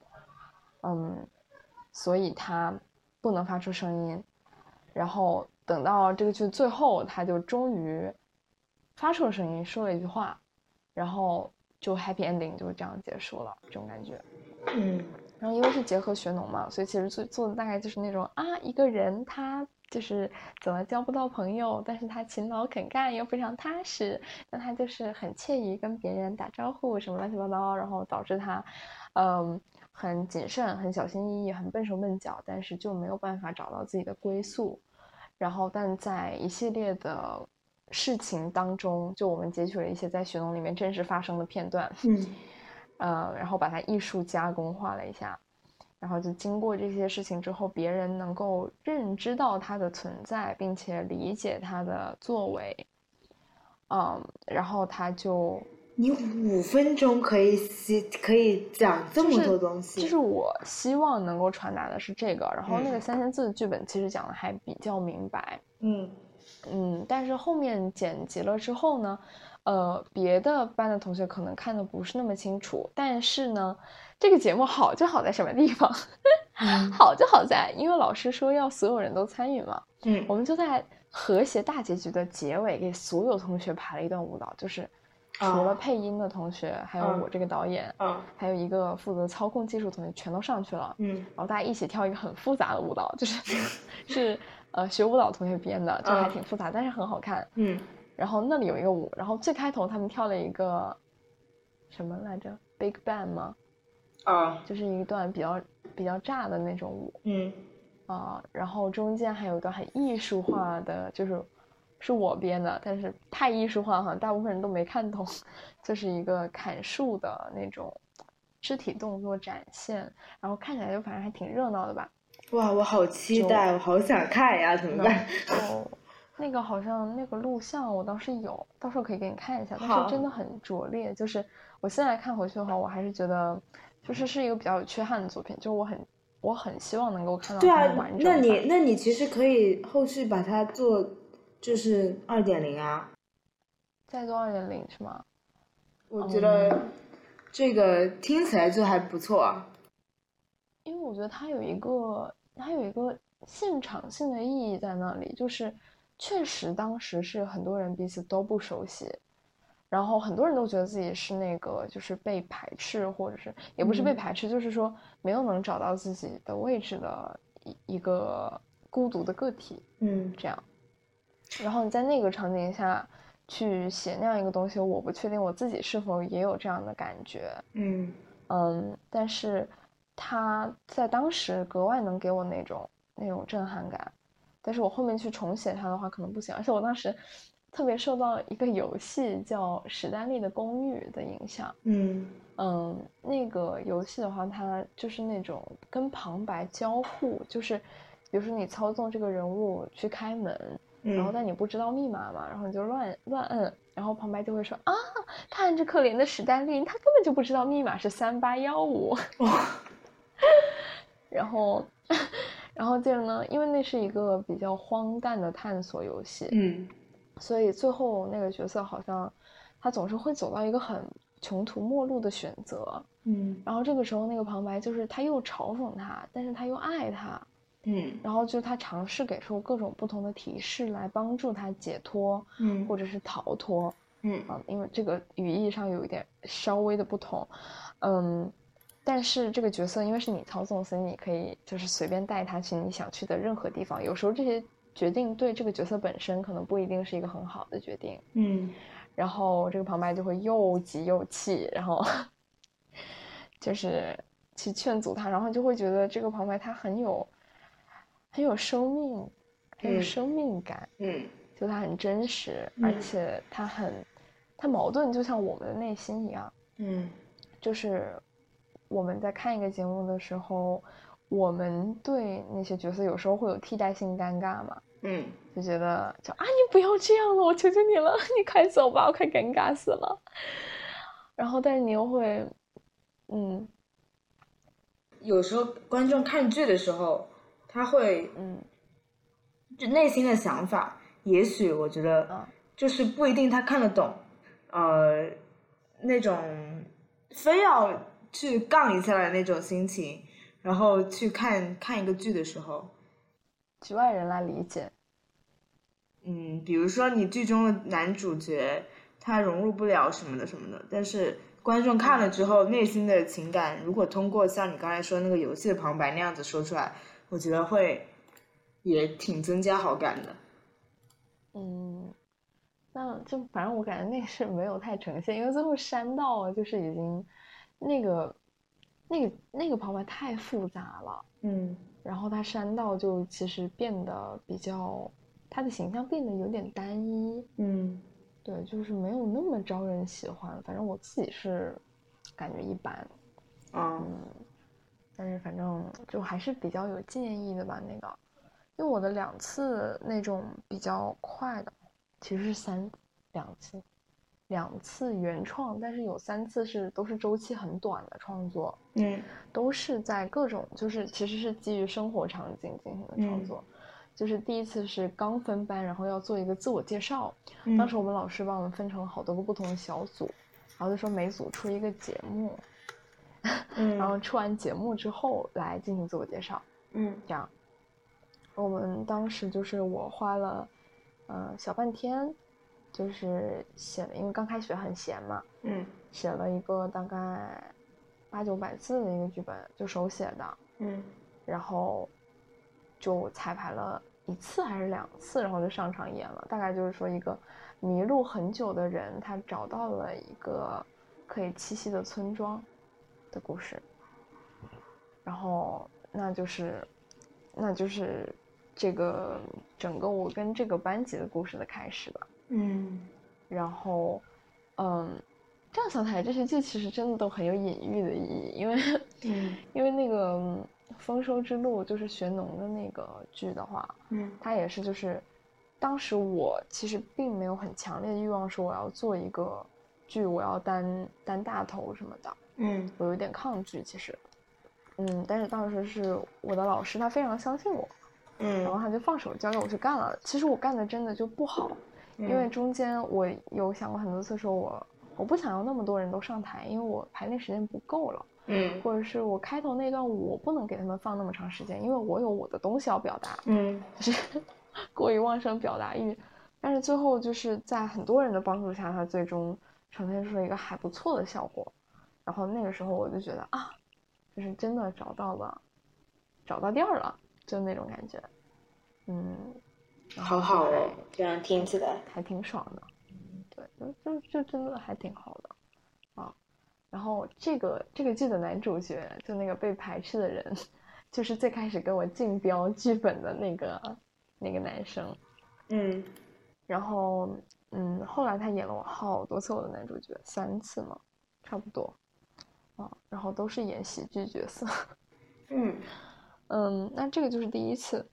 嗯，所以他不能发出声音。然后等到这个剧最后，他就终于发出了声音，说了一句话，然后就 happy ending 就这样结束了，这种感觉。嗯然后因为是结合学农嘛，所以其实做做的大概就是那种啊，一个人他就是怎么交不到朋友，但是他勤劳肯干又非常踏实，那他就是很惬意跟别人打招呼什么乱七八糟，然后导致他，嗯，很谨慎、很小心翼翼、很笨手笨脚，但是就没有办法找到自己的归宿。然后，但在一系列的事情当中，就我们截取了一些在学农里面真实发生的片段，嗯呃，然后把它艺术加工化了一下，然后就经过这些事情之后，别人能够认知到它的存在，并且理解它的作为，嗯，然后他就你五分钟可以写，可以讲这就么是多东西，就是我希望能够传达的是这个，然后那嗯个三千字的剧本其实讲的还比较明白，嗯嗯，但是后面剪辑了之后呢，呃，别的班的同学可能看的不是那么清楚，但是呢，这个节目好就好在什么地方？ *laughs* 嗯好就好在，因为老师说要所有人都参与嘛，嗯我们就在和谐大结局的结尾给所有同学排了一段舞蹈，就是除了配音的同学，还有我这个导演，啊嗯还有一个负责操控技术的同学，全都上去了。嗯然后大家一起跳一个很复杂的舞蹈，就是 *laughs* 是呃学舞蹈同学编的，就还嗯挺复杂，但是很好看。嗯，然后那里有一个舞，然后最开头他们跳了一个什么来着？Big Bang 吗？啊就是一段比较比较炸的那种舞嗯啊、然后中间还有一段很艺术化的，就是是我编的，但是太艺术化，好像大部分人都没看懂，就是一个砍树的那种肢体动作展现，然后看起来就反正还挺热闹的吧。哇，我好期待，我好想看呀，怎么办？然后那个好像那个录像我倒是有，到时候可以给你看一下，但好是真的很拙劣。就是我现在看回去的话，我还是觉得，就是是一个比较有缺憾的作品，就是我很我很希望能够看到对它啊的完，整那版。你那你其实可以后续把它做，就是二点零啊。再做二点零是吗？我觉得这个听起来就还不错啊。因为我觉得它有一个它有一个现场性的意义在那里，就是确实当时是很多人彼此都不熟悉，然后很多人都觉得自己是那个就是被排斥，或者是也不是被嗯排斥，就是说没有能找到自己的位置的一一个孤独的个体嗯这样。然后你在那个场景下去写那样一个东西，我不确定我自己是否也有这样的感觉。嗯嗯，但是他在当时格外能给我那种那种震撼感，但是我后面去重写它的话可能不行，而且我当时特别受到一个游戏叫《史丹利的公寓》的影响。嗯嗯，那个游戏的话，它就是那种跟旁白交互，就是比如说你操纵这个人物去开门，然后嗯但你不知道密码嘛，然后你就乱乱摁，然后旁白就会说啊，看这可怜的史丹利，他根本就不知道密码是三八幺五。 *laughs* 然后，然后接着呢，因为那是一个比较荒诞的探索游戏，嗯所以最后那个角色好像他总是会走到一个很穷途末路的选择。嗯然后这个时候，那个旁白就是他又嘲讽他，但是他又爱他，嗯然后就是他尝试给出各种不同的提示来帮助他解脱。嗯或者是逃脱嗯啊，因为这个语义上有一点稍微的不同，嗯，但是这个角色因为是你操纵，所以你可以就是随便带他去你想去的任何地方。有时候这些决定对这个角色本身可能不一定是一个很好的决定，嗯然后这个旁白就会又急又气，然后就是去劝阻他，然后就会觉得这个旁白他很有很有生命，很有嗯生命感。嗯就它很真实，而嗯且它很，它矛盾就像我们的内心一样，嗯就是我们在看一个节目的时候，我们对那些角色有时候会有替代性尴尬嘛，嗯就觉得就啊你不要这样了，我求求你了， *laughs* 你快走吧，我快尴尬死了。然后但是你又会，嗯有时候观众看剧的时候，他会嗯就内心的想法，也许我觉得啊就是不一定他看得懂，呃，那种非要去杠一下的那种心情，然后去看看一个剧的时候，局外人来理解，嗯，比如说你剧中的男主角他融入不了什么的什么的，但是观众看了之后内心的情感，如果通过像你刚才说那个游戏的旁白那样子说出来，我觉得会也挺增加好感的。嗯，那就反正我感觉那个是没有太呈现，因为最后删到了，就是已经那个那个那个旁白太复杂了，嗯然后他删到就其实变得比较，他的形象变得有点单一，嗯对，就是没有那么招人喜欢。反正我自己是感觉一般，啊嗯，但是反正就还是比较有纪念意义的吧。那个，因为我的两次那种比较快的，其实是三两次，两次原创，但是有三次是都是周期很短的创作，嗯都是在各种就是其实是基于生活场景进行的创嗯作。就是第一次是刚分班，然后要做一个自我介绍，嗯当时我们老师把我们分成了好多个不同的小组，然后就说每组出一个节目，嗯然后出完节目之后来进行自我介绍，嗯这样。我们当时就是我花了，呃，小半天，就是写了，因为刚开学很闲嘛，嗯写了一个大概八九百字的一个剧本，就手写的，嗯然后就彩排了一次还是两次，然后就上场演了。大概就是说，一个迷路很久的人，他找到了一个可以栖息的村庄的故事。然后，那就是，那就是这个整个我跟这个班级的故事的开始吧。嗯然后，嗯，这样想起来，这些剧其实真的都很有隐喻的意义，因为，嗯因为那个嗯《丰收之路》就是学农的那个剧的话，嗯它也是就是，当时我其实并没有很强烈的欲望说我要做一个剧，我要担担大头什么的，嗯我有点抗拒其实，嗯，但是当时是我的老师，他非常相信我，然后嗯，他就放手交给我去干了。其实我干的真的就不好，嗯因为中间我有想过很多次，说我我不想要那么多人都上台，因为我排练时间不够了，嗯或者是我开头那段我不能给他们放那么长时间，因为我有我的东西要表达，嗯就是 *laughs* 过于旺盛表达欲。但是最后就是在很多人的帮助下，他最终呈现出了一个还不错的效果。然后那个时候我就觉得啊，就是真的找到了，找到地儿了，就那种感觉，嗯，然后好好就还哦这样听起来，还挺爽的，对，就就就真的还挺好的啊。然后这个这个剧的男主角，就那个被排斥的人，就是最开始跟我竞标剧本的那个那个男生。嗯然后，嗯，后来他演了我好多次我的男主角，三次嘛，差不多，啊，然后都是演喜剧角色。 *laughs* 嗯嗯，那这个就是第一次，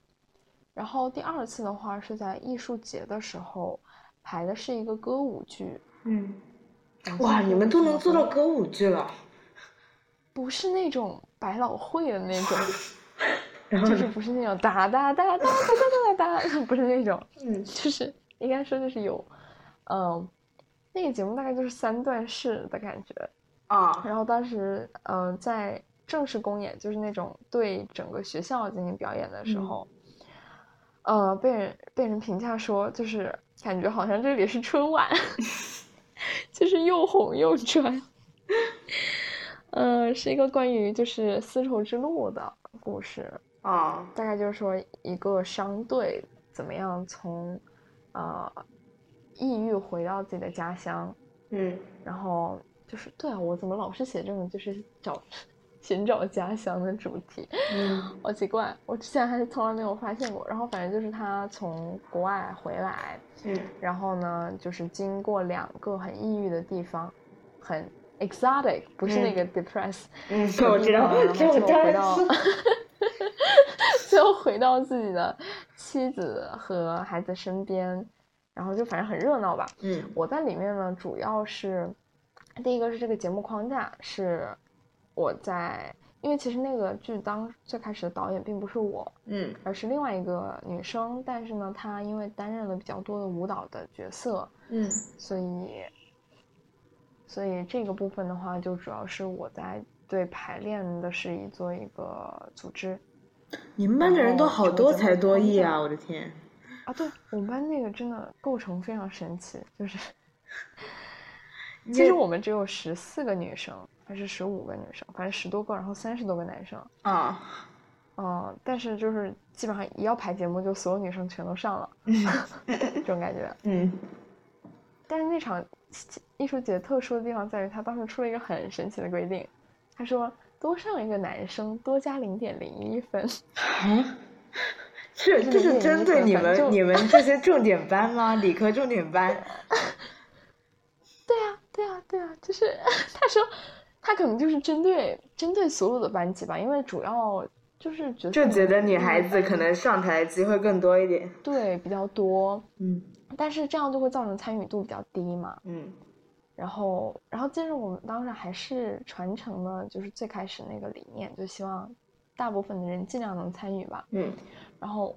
然后第二次的话是在艺术节的时候排的是一个歌舞剧，嗯然后哇，这你个们都怎能么做说到歌舞剧了，不是那种百老汇的那种， *laughs* 然后就是不是那种哒哒哒哒哒哒哒哒， *laughs* 不是那种，嗯就是应该说就是有，嗯，那个节目大概就是三段式的感觉，啊，然后当时，嗯、在正式公演，就是那种对整个学校进行表演的时嗯候，呃，被人被人评价说，就是感觉好像这里是春晚，就是又红又专。 *laughs* 嗯，是一个关于就是丝绸之路的故事，哦，大概就是说一个商队怎么样从，呃，异域回到自己的家乡，嗯然后就是对啊，我怎么老是写这种就是找寻找家乡的主题，嗯好奇怪，我之前还是从来没有发现过。然后反正就是他从国外回来，嗯然后呢，就是经过两个很抑郁的地方，很 exotic，不是那嗯个 depress，、嗯，我知道，这最后我当回然到知道， *laughs* 最后回到自己的妻子和孩子身边，然后就反正很热闹吧。嗯我在里面呢，主要是第一个是这个节目框架是我在，因为其实那个剧当最开始的导演并不是我，嗯而是另外一个女生，但是呢，她因为担任了比较多的舞蹈的角色，嗯所以所以这个部分的话，就主要是我在对排练的事宜做一个组织你们班的人都好多才多艺啊！我的天，啊。对我们班那个真的构成非常神奇，就是。其实我们只有十四个女生，还是十五个女生，反正十多个，然后三十多个男生。啊，嗯、但是就是基本上一要排节目，就所有女生全都 *laughs* 上了，这种感觉。嗯，但是那场艺术节特殊的地方在于，他当时出了一个很神奇的规定，他说多上一个男生多加零点零一分。这就这是是那个针那对个你反们正你们这些重点班吗？理科重点班，对呀、对呀、对呀、啊就是 *laughs* 他说他可能就是针对针对所有的班级吧，因为主要就是角色就觉得男女孩子可能上台的机会更多一点，对比较多，嗯但是这样就会造成参与度比较低嘛。嗯然后，然后接着我们当时还是传承了就是最开始那个理念，就希望大部分的人尽量能参与吧。嗯然后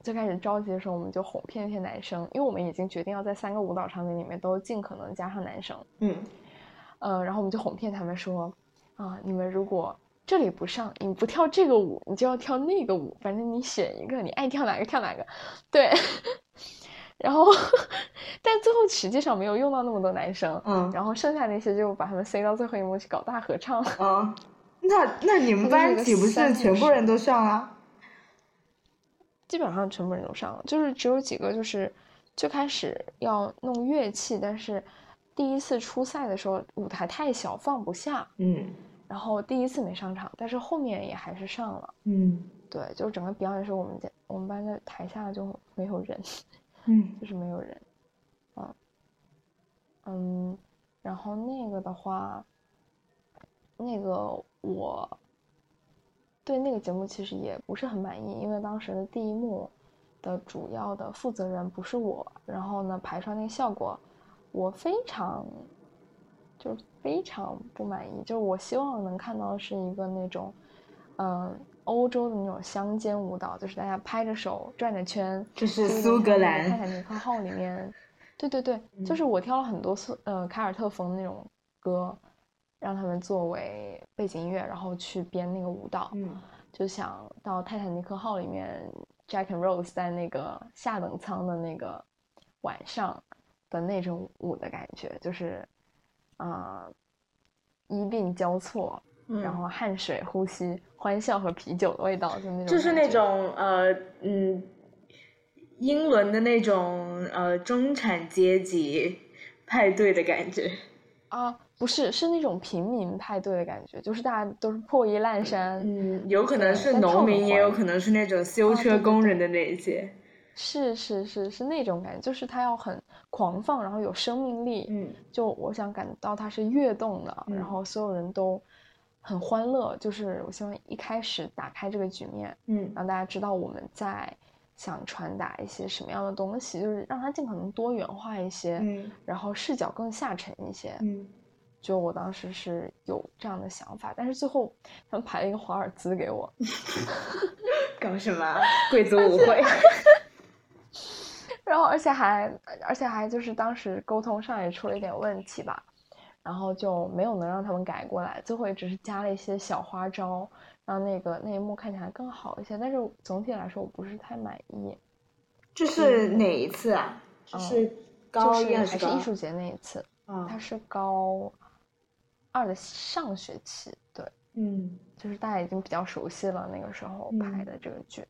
最开始召集的时候，我们就哄骗一些男生，因为我们已经决定要在三个舞蹈场景里面都尽可能加上男生。嗯呃，然后我们就哄骗他们说，啊、你们如果这里不上，你不跳这个舞，你就要跳那个舞，反正你选一个，你爱跳哪个跳哪个，对。 *laughs* 然后 *laughs* 但最后实际上没有用到那么多男生，嗯然后剩下那些就把他们塞到最后一幕去搞大合唱。啊，那那你们他就是班一个岂不三是部全部曲人都上啊了？基本上全部人都上了，就是只有几个就是最开始要弄乐器，但是第一次初赛的时候舞台太小放不下，嗯然后第一次没上场，但是后面也还是上了。嗯对，就是整个表演的时候，我们在我们班的台下就没有人，嗯就是没有人，啊，嗯，然后那个的话，那个我对那个节目其实也不是很满意，因为当时的第一幕的主要的负责人不是我，然后呢排出来那个效果，我非常就是非常不满意，就是我希望能看到的是一个那种，嗯。欧洲的那种乡间舞蹈，就是大家拍着手转着圈，就是就有苏格点像那个兰嗯泰坦尼克号里面，对 *laughs* 对对，就是我挑了很多苏呃凯尔特风那种歌，让他们作为背景音乐，然后去编那个舞蹈，嗯就想到泰坦尼克号里面 Jack and Rose 在那个下等舱的那个晚上的那种舞的感觉，就是啊、呃衣并交错，嗯然后汗水、呼吸、欢笑和啤酒的味道，就那种就是感那觉种呃嗯，英伦的那种呃中产阶级派对的感觉。啊，不是，是那种平民派对的感觉，就是大家都是破衣烂衫，嗯，有可能对是但套农很民，也欢有可能是那种修啊对车对工对人的那一些。是是是是那种感觉，就是它要很狂放，然后有生命力，嗯就我想感到它是跃动的，嗯然后所有人都很欢乐，就是我希望一开始打开这个局面，嗯让大家知道我们在想传达一些什么样的东西，就是让它尽可能多元化一些，嗯然后视角更下沉一些，嗯，就我当时是有这样的想法，但是最后他们排了一个华尔兹给我，搞什么 *laughs* 贵族舞会？ *laughs* 然后而且还而且还就是当时沟通上也出了一点问题吧，然后就没有能让他们改过来，最后也只是加了一些小花招，让那个那一幕看起来更好一些。但是总体来说，我不是太满意。这是哪一次啊？这嗯是就高一还还是高艺二术节那一次，它啊？是高二的上学期，对。嗯就是大家已经比较熟悉了那个时候拍嗯的这个剧。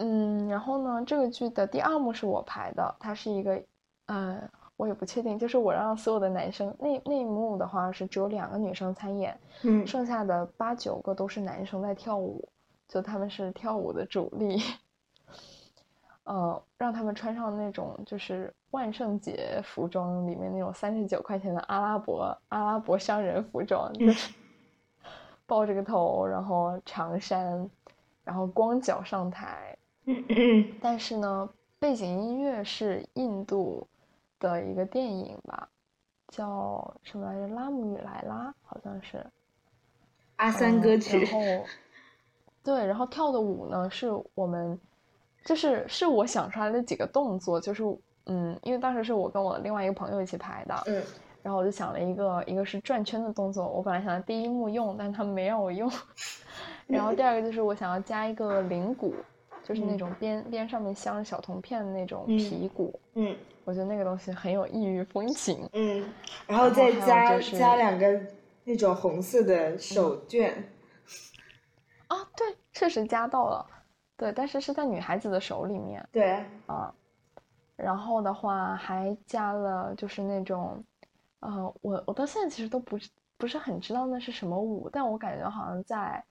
嗯，然后呢，这个剧的第二幕是我排的，它是一个，呃，我也不确定，就是我让所有的男生，那那一幕的话是只有两个女生参演，嗯剩下的八九个都是男生在跳舞，就他们是跳舞的主力。 *laughs* 呃，让他们穿上那种就是万圣节服装里面那种三十九块钱的阿拉伯阿拉伯商人服装，就是抱着个头，然后长衫，然后光脚上台，嗯嗯但是呢，背景音乐是印度的一个电影吧，叫什么来着？拉姆与莱拉好像是。阿三歌嗯曲然，后，对，然后跳的舞呢，是我们，就是是我想出来的几个动作，就是嗯，因为当时是我跟我另外一个朋友一起排的， *laughs* 嗯然后我就想了一个，一个是转圈的动作，我本来想在第一幕用，但他们没让我用。 *laughs* 然后第二个就是我想要加一个铃鼓，就是那嗯种边边上面镶着小铜片的那种嗯皮鼓，嗯我觉得那个东西很有异域风情。嗯，然然后后再还有加就是加两个那种红色的手绢，啊，对，确实加到了，对，但是是在女孩子的手里面。对，啊，然后的话还加了就是那种，呃，我我到现在其实都不是不是很知道那是什么舞，但我感觉好像在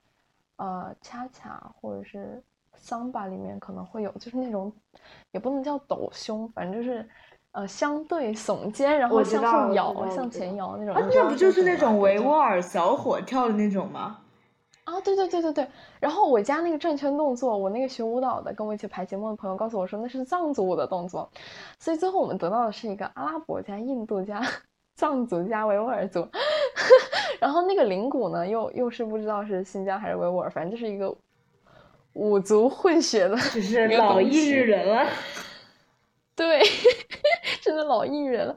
呃恰恰或者是桑巴里面可能会有，就是那种也不能叫抖胸，反正就是呃相对耸肩，然我后知向道我后知摇道我向知前摇那种，啊，你知那道不就是什那么种对维就吾尔小伙跳的那种吗？啊，对对对对对，然后我加那个转圈动作，我那个学舞蹈的跟我一起排节目的朋友告诉我说那是藏族舞的动作，所以最后我们得到的是一个阿拉伯加印度加 *laughs* 藏族加维吾尔族， *laughs* 然后那个铃鼓呢又又是不知道是新疆还是维吾尔，反正就是一个五族混血的只是一个老东艺西人了， *laughs* 对，真的老艺人了。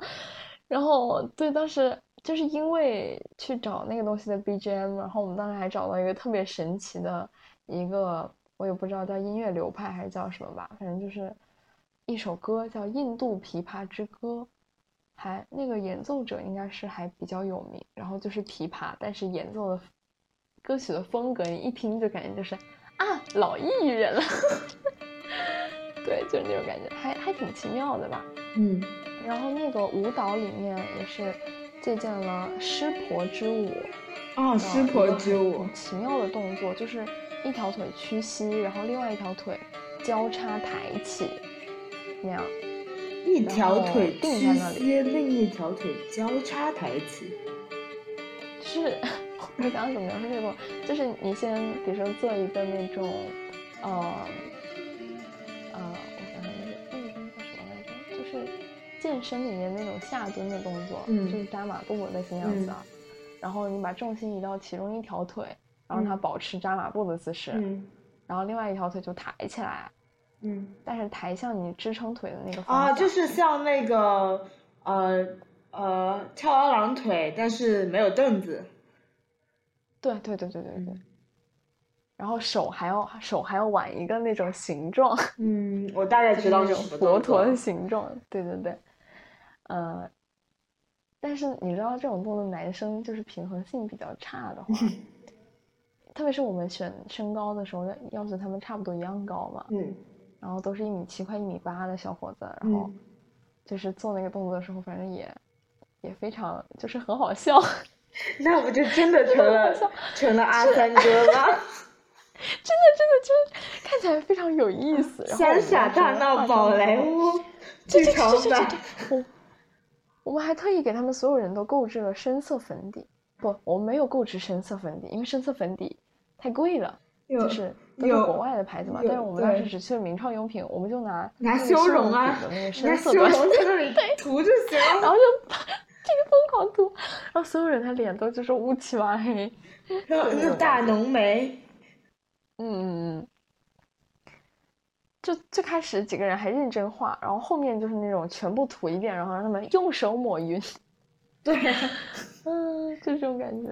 然后对，当时就是因为去找那个东西的 BGM，然后我们当时还找到一个特别神奇的一个，我也不知道叫音乐流派还是叫什么吧，反正就是一首歌叫《印度琵琶之歌》，还那个演奏者应该是还比较有名。然后就是琵琶，但是演奏的歌曲的风格，你一听就感觉就是啊，老艺人了。 *laughs* 对，就是那种感觉，还还挺奇妙的吧。嗯然后那个舞蹈里面也是借鉴了湿婆之舞， *laughs* 哦，湿婆之舞，奇妙的动作，就是一条腿屈膝，然后另外一条腿交叉抬起，那样。一条腿然后屈定在那里膝，另一条腿交叉抬起。是，我想想怎么描述这个，就是你先比如说做一个那种，呃，呃，我想想那个那个东西叫什么来着？就是健身里面那种下蹲的动作，嗯就是扎马步类似那样子啊。然后你把重心移到其中一条腿，然后让它保持扎马步的姿势，嗯然后另外一条腿就抬起来，嗯但是抬向你支撑腿的那个方向。啊，就是像那个呃呃跳二郎腿，但是没有凳子。对对对对对对。嗯然后手还要手还要挽一个那种形状。嗯，我大概知道那是种什么佛动陀作的。形状，对对对，呃，但是你知道这种动作，男生就是平衡性比较 *laughs* 差的话，特别是我们选身高的时候，要求他们差不多一样高嘛，嗯，然后都是一米七快一米八的小伙子，然后嗯就是做那个动作的时候，反正也也非常就是很好笑， *laughs* 那我就真的成了成了阿三哥了，真的真的就是看起来非常有意思。然后我 *laughs* 三们傻当时大化闹妆宝的时莱候坞这剧这场这这这版。这我我们还特意给他们所有人都购置了深色粉底，不，我们没有购置深色粉底，因为深色粉底太贵了，有就是都是有国外的牌子嘛。有但是我们当时对只去了名创优品，我们就拿拿那个修修容容啊笔的那个人深家色修的，容在那里涂就行了。 *laughs* 然后就把这个疯狂涂，然后所有人的脸都就是乌漆嘛黑。然后对那大浓 *laughs* 眉，嗯，嗯嗯，就最开始几个人还认真画，然后后面就是那种全部涂一遍，然后让他们用手抹匀，对，啊嗯， *laughs* 就这种感觉。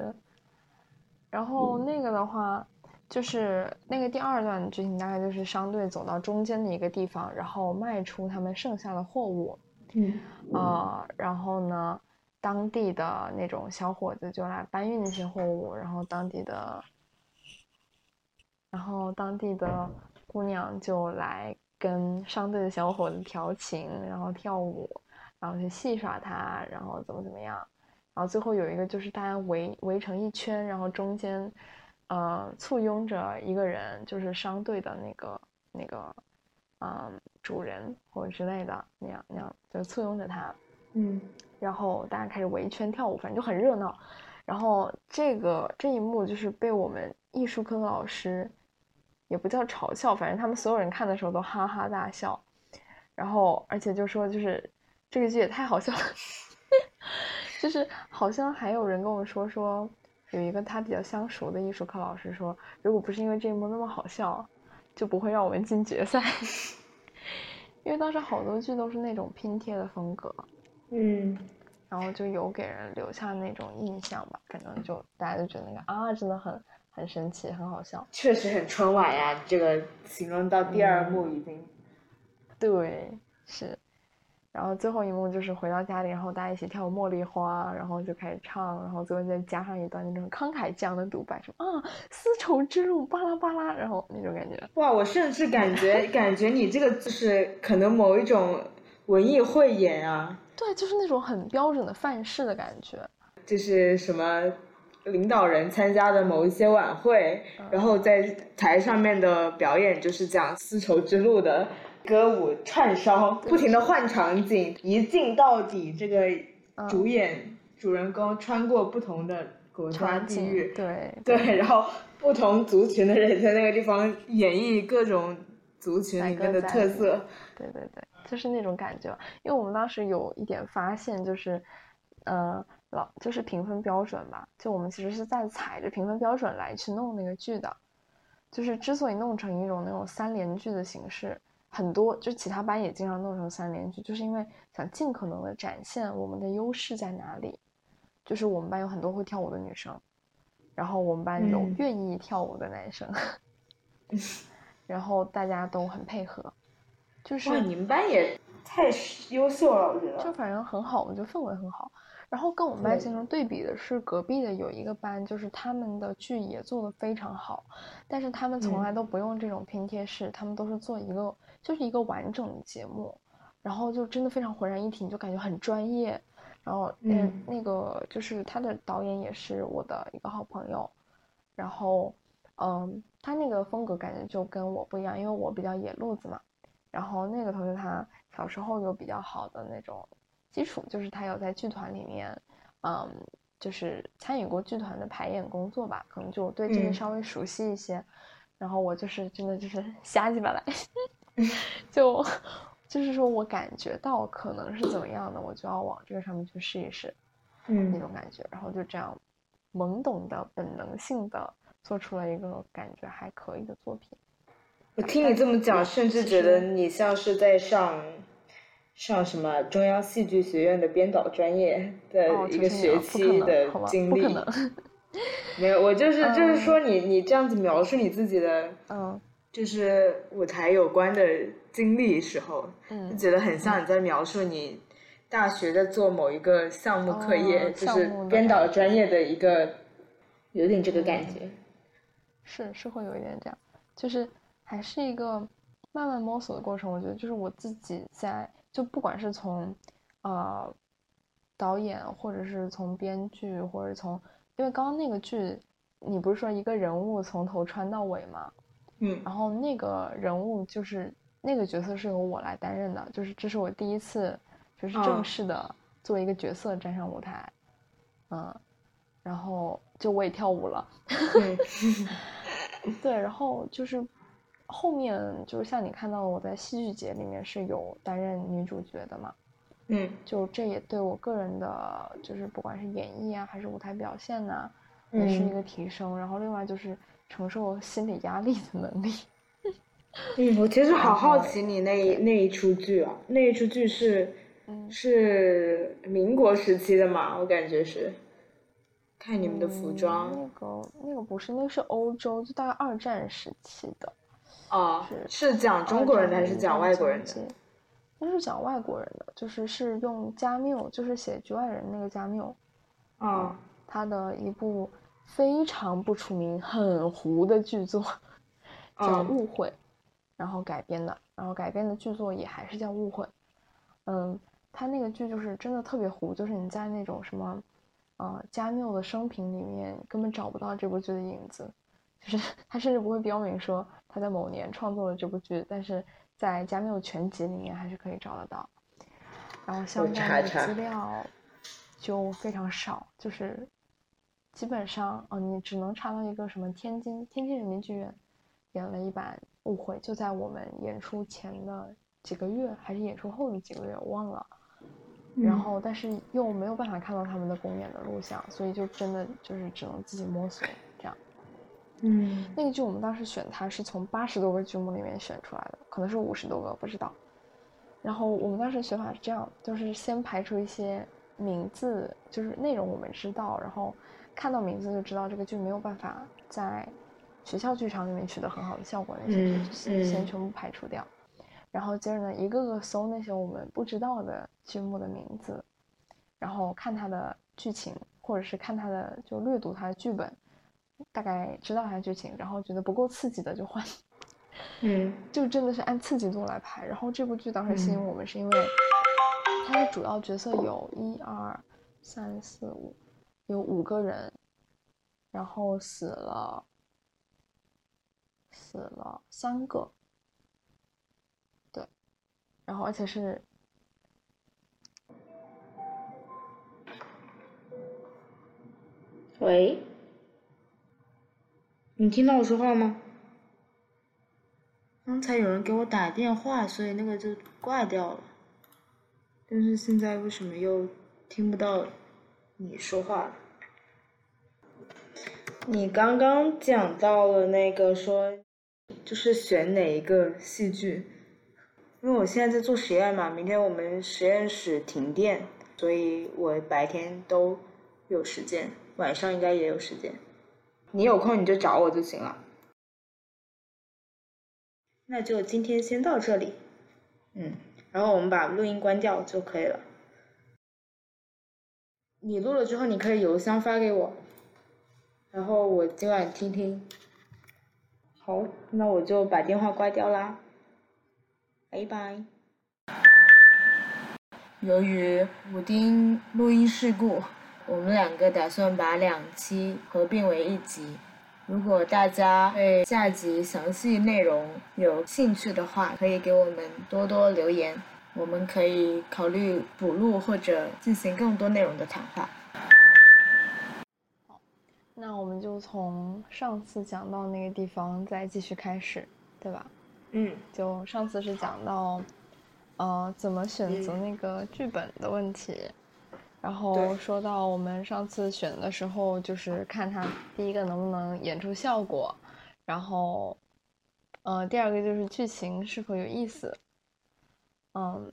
然后那个的话，就是那个第二段的剧情，大概就是商队走到中间的一个地方，然后卖出他们剩下的货物， *laughs* 嗯呃，然后呢，当地的那种小伙子就来搬运那些货物，然后当地的，然后当地的姑娘就来跟商队的小伙子调情，然后跳舞，然后去戏耍他，然后怎么怎么样，然后最后有一个就是大家围围成一圈，然后中间，呃，簇拥着一个人，就是商队的那个那个，嗯，主人或者之类的那样那样，就簇拥着他，嗯，然后大家开始围圈跳舞，反正就很热闹。然后这个这一幕就是被我们艺术课的老师，也不叫嘲笑，反正他们所有人看的时候都哈哈大笑，然后而且就说就是这个剧也太好笑了， *laughs* 就是好像还有人跟我说说有一个他比较相熟的艺术课老师说，如果不是因为这一幕那么好笑，就不会让我们进决赛， *laughs* 因为当时好多剧都是那种拼贴的风格，嗯，然后就有给人留下那种印象吧，反正就大家就觉得那个啊，真的很很神奇，很好笑。确实很春晚呀。这个形容到第嗯二幕已经，对，是。然后最后一幕就是回到家里，然后大家一起跳茉莉花，然后就开始唱，然后最后再加上一段那种慷慨激昂的独白，什么啊丝绸之路巴拉巴拉，然后那种感觉。哇！我甚至感 *laughs* 觉感觉你这个就是可能某一种文艺汇演啊，对，就是那种很标准的范式的感觉。就是什么领导人参加的某一些晚会，嗯然后在台上面的表演就是讲丝绸之路的歌舞串烧，不停的换场景，一镜到底。这个嗯主演主人公穿过不同的国家场地景域，对对，然后不同族群的人在那个地方演绎各种族群里面的特色。对对对，就是那种感觉。因为我们当时有一点发现，就是，呃，老就是评分标准吧，就我们其实是在踩着评分标准来去弄那个剧的，就是之所以弄成一种那种三连剧的形式，很多就其他班也经常弄成三连剧，就是因为想尽可能的展现我们的优势在哪里，就是我们班有很多会跳舞的女生，然后我们班有嗯愿 *laughs* 意跳舞的男生，然后大家都很配合。就是哇，你们班也太优秀了，我觉就得。反正很好，我觉得氛围很好。然后跟我们班嗯对形成对比的是，隔壁的有一个班，就是他们的剧也做得非常好，但是他们从嗯来都不用这种拼贴式，他们都是做一个就是一个完整的节目，然后就真的非常浑然一体，你就感觉很专业。然后，嗯那个就是他的导演也是我的一个好朋友，然后，嗯，他那个风格感觉就跟我不一样，因为我比较野路子嘛。然后那个同学他小时候有比较好的那种基础，就是他有在剧团里面，嗯，就是参与过剧团的排演工作吧，可能就对这个嗯稍微熟悉一些。然后我就是真的就是 *laughs* 瞎鸡 *laughs* 巴来，嗯就就是说我感觉到可能是怎么样的，我就要往这个上面去试一试。那嗯种感觉，然后就这样懵懂的、本能性的做出了一个感觉还可以的作品。我听你这么讲，甚至觉得你像是在上上什么中央戏剧学院的编导专业哦，的呃一求个求你学了不可期能的好吧经不可历。能，没有，我就是就是嗯说你你这样子描述你自己的，嗯就是舞台有关的经历时候，就嗯，觉得很像你在描述你大学在做某一个项目课业，哦就项是目的编导专业的一个，有点这个感觉。是是会有一点这样，就是还是一个慢慢摸索的过程。我觉得就是我自己在，就不管是从呃导演，或者是从编剧，或者从，因为刚刚那个剧，你不是说一个人物从头穿到尾吗？嗯然后那个人物就是那个角色是由我来担任的，就是这是我第一次就是正嗯式的作为一个角色站上舞台，嗯，然后就我也跳舞了，嗯对，然后就是后面就是像你看到我在戏剧节里面是有担任女主角的嘛，嗯就这也对我个人的就是不管是演绎啊还是舞台表现呐、也是一嗯个提升，然后另外就是承受心理压力的能力。嗯，我其实好好然后奇你那一那一出剧啊，那一出剧是嗯是民国时期的嘛？我感觉是， *laughs* 看你们的服嗯装。那个那个不是，那个是欧洲，就大概二战时期的。哦，是讲二中国人的战还是一讲战外国交人的？接？那是讲外国人的，就是是用加缪，就是写《局外人》那个加缪，哦，他的一部非常不出名、很糊的剧作，叫嗯《误会》，然后改编的，然后改编的剧作也还是叫《误会》。嗯，他那个剧就是真的特别糊，就是你在那种什么，呃，加缪的生平里面根本找不到这部剧的影子，就是他甚至不会标明说他在某年创作了这部剧，但是在加缪全集里面还是可以找得到。然后相查关一的查资料就非常少，就是基本上哦，你只能查到一个什么天津天津人民剧院演了一版《误会》，就在我们演出前的几个月，还是演出后的几个月，我忘了。然嗯后，但是又没有办法看到他们的公演的录像，所以就真的就是只能自己摸索这样。嗯那个剧我们当时选它是从八十多个剧目里面选出来的，可能是五十多个，不知道。然后我们当时选法是这样，就是先排除一些名字，就是内容我们知道，然后看到名字就知道这个剧没有办法在学校剧场里面取得很好的效果，那些嗯就先先嗯全部排除掉。然后接着呢，一个个搜那些我们不知道的剧目的名字，然后看它的剧情，或者是看它的就略读它的剧本，大概知道它的剧情，然后觉得不够刺激的就换， *laughs* 嗯就真的是按刺激度来排。然后这部剧当时吸引嗯我们是因为它的主要角色有一二三四五，有五个人，然后死了，死了三个，对，然后而且是喂，你听到我说话吗？刚才有人给我打电话，所以那个就挂掉了。但是现在为什么又听不到你说话了？你刚刚讲到了那个说，就是选哪一个戏剧？因为我现在在做实验嘛，明天我们实验室停电，所以我白天都有时间，晚上应该也有时间。你有空你就找我就行了。那就今天先到这里。嗯，然后我们把录音关掉就可以了。你录了之后，你可以邮箱发给我，然后我今晚听听。好，那我就把电话挂掉啦，拜拜。由于补丁录音事故，我们两个打算把两期合并为一集。如果大家对下集详细内容有兴趣的话，可以给我们多多留言，我们可以考虑补录或者进行更多内容的谈话。那我们就从上次讲到那个地方再继续开始，对吧？嗯，就上次是讲到，呃，怎么选择那个剧本的问题，然后对说到我们上次选的时候，就是看它第一个能不能演出效果，然后，呃，第二个就是剧情是否有意思，嗯，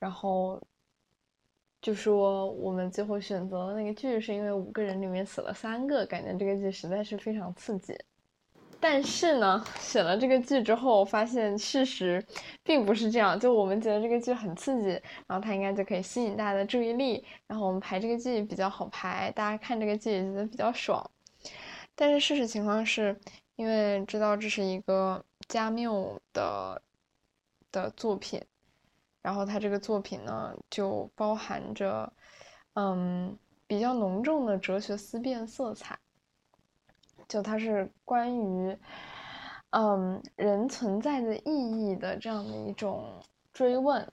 然后就说我们最后选择了那个剧，是因为五个人里面死了三个，感觉这个剧实在是非常刺激。但是呢， *laughs* 选了这个剧之后，发现事实并不是这样。就我们觉得这个剧很刺激，然后它应该就可以吸引大家的注意力，然后我们排这个剧比较好排，大家看这个剧也觉得比较爽。但是事实情况是，因为知道这是一个加缪的的作品，然后他这个作品呢，就包含着，嗯，比较浓重的哲学思辨色彩。就它是关于，嗯，人存在的意义的这样的一种追问。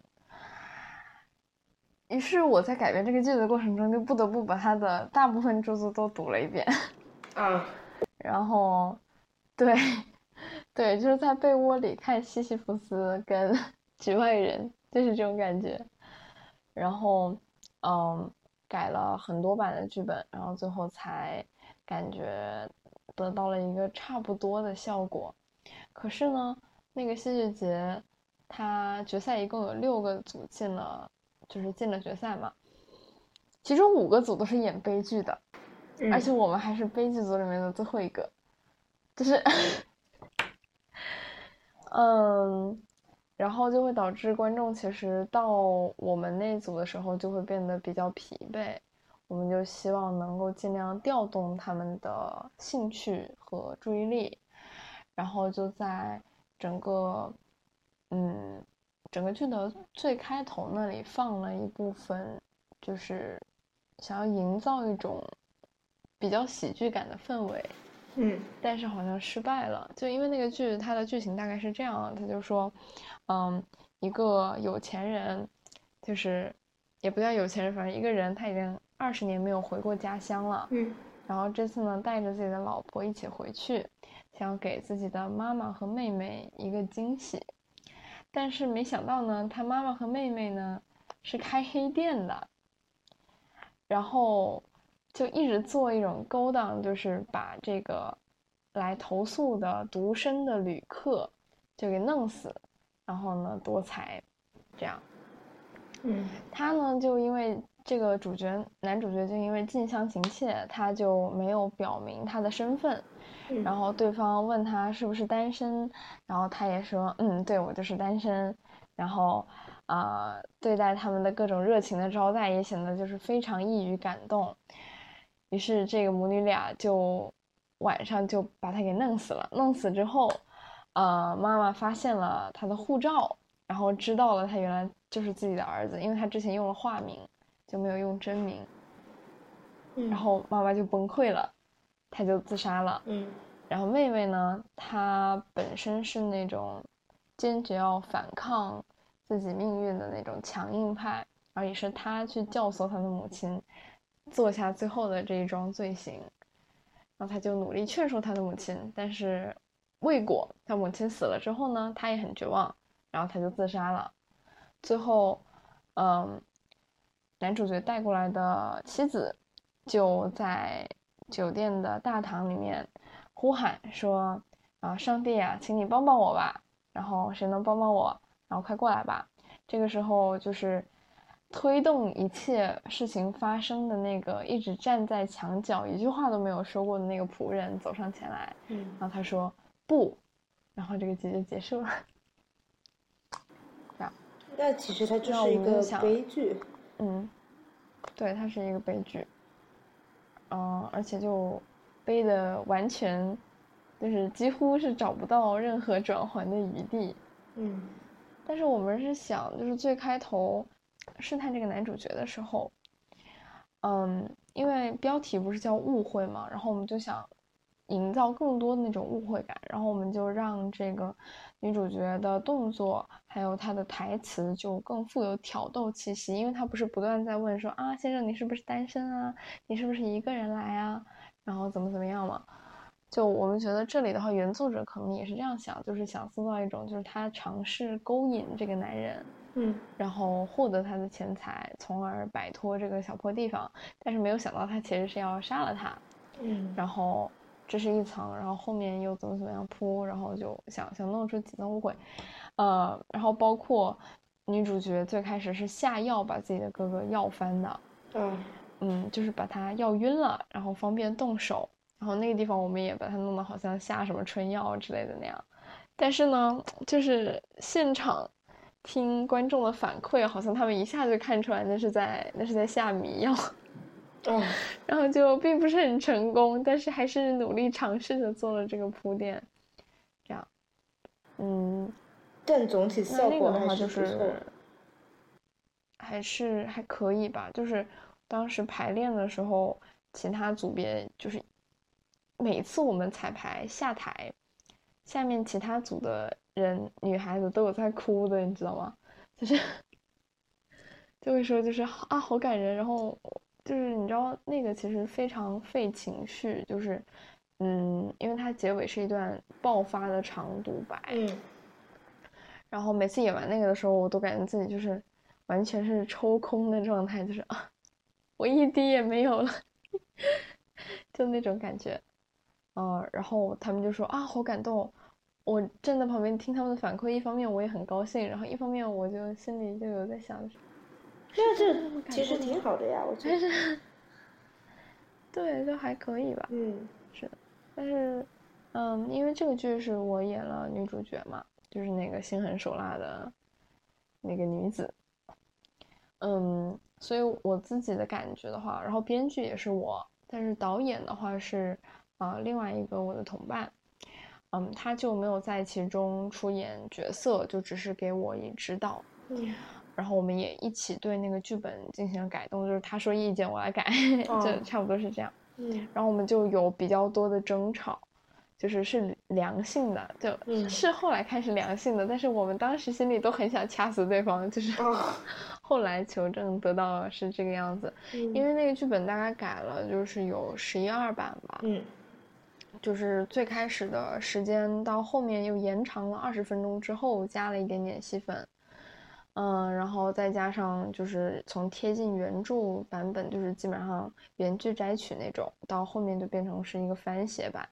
于是我在改编这个剧的过程中，就不得不把他的大部分著作都读了一遍。啊，然后，对，对，就是在被窝里看西西弗斯跟 *laughs* 局外人，就是这种感觉。然后，嗯，改了很多版的剧本，然后最后才感觉得到了一个差不多的效果。可是呢，那个戏剧节，它决赛一共有六个组进了，就是进了决赛嘛。其中五个组都是演悲剧的，嗯而且我们还是悲剧组里面的最后一个，就是， *laughs* 嗯，然后就会导致观众其实到我们那组的时候就会变得比较疲惫，我们就希望能够尽量调动他们的兴趣和注意力，然后就在整个，嗯，整个剧的最开头那里放了一部分，就是想要营造一种比较喜剧感的氛围，嗯但是好像失败了，就因为那个剧它的剧情大概是这样，他就说，嗯，一个有钱人，就是也不叫有钱人，反正一个人他已经二十年没有回过家乡了，嗯然后这次呢，带着自己的老婆一起回去，想给自己的妈妈和妹妹一个惊喜。但是没想到呢，他妈妈和妹妹呢是开黑店的，然后就一直做一种勾当，就是把这个来投诉的独身的旅客就给弄死，然后呢多财，这样。嗯他呢就因为这个主角男主角就因为近乡情怯，他就没有表明他的身份，嗯然后对方问他是不是单身，然后他也说嗯，对我就是单身，然后啊、呃对待他们的各种热情的招待也显得就是非常易于感动，于是这个母女俩就晚上就把他给弄死了，弄死之后，呃，妈妈发现了他的护照。然后知道了他原来就是自己的儿子，因为他之前用了化名，就没有用真名。嗯然后妈妈就崩溃了，她就自杀了。嗯然后妹妹呢，她本身是那种坚决要反抗自己命运的那种强硬派，而也是她去教唆她的母亲做下最后的这一桩罪行。然后她就努力劝说她的母亲，但是未果。她母亲死了之后呢，她也很绝望，然后她就自杀了。最后，嗯，男主角带过来的妻子就在酒店的大堂里面呼喊说：“啊，上帝啊，请你帮帮我吧！然后谁能帮帮我？然后快过来吧！”这个时候就是推动一切事情发生的那个一直站在墙角一句话都没有说过的那个仆人走上前来，嗯，然后他说：“不。”然后这个集就结束了。那其实它就那是一我们个想悲剧。 *laughs* 嗯，对，它是一个悲剧，嗯、而且就悲的完全就是几乎是找不到任何转圜的余地。嗯但是我们是想，就是最开头试探这个男主角的时候，嗯，因为标题不是叫误会嘛，然后我们就想营造更多的那种误会感，然后我们就让这个女主角的动作还有她的台词就更富有挑逗气息，因为她不是不断在问说啊，先生你是不是单身啊？你是不是一个人来啊？然后怎么怎么样嘛？就我们觉得这里的话，原作者可能也是这样想，就是想塑造一种，就是他尝试勾引这个男人，嗯然后获得他的钱财，从而摆脱这个小破地方。但是没有想到他其实是要杀了他，嗯然后这是一层，然后后面又怎么怎么样铺，然后就想想弄出几层误会，呃，然后包括女主角最开始是下药把自己的哥哥药翻的，啊嗯，就是把他药晕了，然后方便动手。然后那个地方我们也把它弄得好像下什么春药之类的那样，但是呢，就是现场听观众的反馈，好像他们一下就看出来那是在那是在下迷药， *laughs* 啊然后就并不是很成功，但是还是努力尝试着做了这个铺垫，这样，嗯，但总体那效那果个的还话就不错。是还是还可以吧，就是当时排练的时候，其他组别就是每次我们彩排下台，下面其他组的人女孩子都有在哭的，你知道吗？ *laughs* 就是就会说就是啊好感人，然后就是你知道那个其实非常费情绪，就是嗯，因为它结尾是一段爆发的长独白，嗯然后每次演完那个的时候，我都感觉自己就是完全是抽空的状态，就是啊，我一滴也没有了， *laughs* 就那种感觉。呃，然后他们就说啊，好感动。我站在旁边听他们的反馈，一方面我也很高兴，然后一方面我就心里就有在想，那那么这感其实动挺好的呀，我觉得。对，就还可以吧。嗯但是，嗯，因为这个剧是我演了女主角嘛，就是那个心狠手辣的那个女子，嗯，所以我自己的感觉的话，然后编剧也是我，但是导演的话是啊、呃另外一个我的同伴，嗯，他就没有在其中出演角色，就只是给我以指导，嗯然后我们也一起对那个剧本进行了改动，就是他说意见我来改， *laughs* 就哦差不多是这样。嗯然后我们就有比较多的争吵，就是是良性的，就嗯是后来看是良性的，但是我们当时心里都很想掐死对方，就是啊 *laughs* 后来求证得到是这个样子，嗯嗯因为那个剧本大概改了，就是有十一二版吧，嗯就是最开始的时间到后面又延长了二十分钟之后，加了一点点戏份。嗯，然后再加上就是从贴近原著版本，就是基本上原剧摘取那种，到后面就变成是一个翻写版，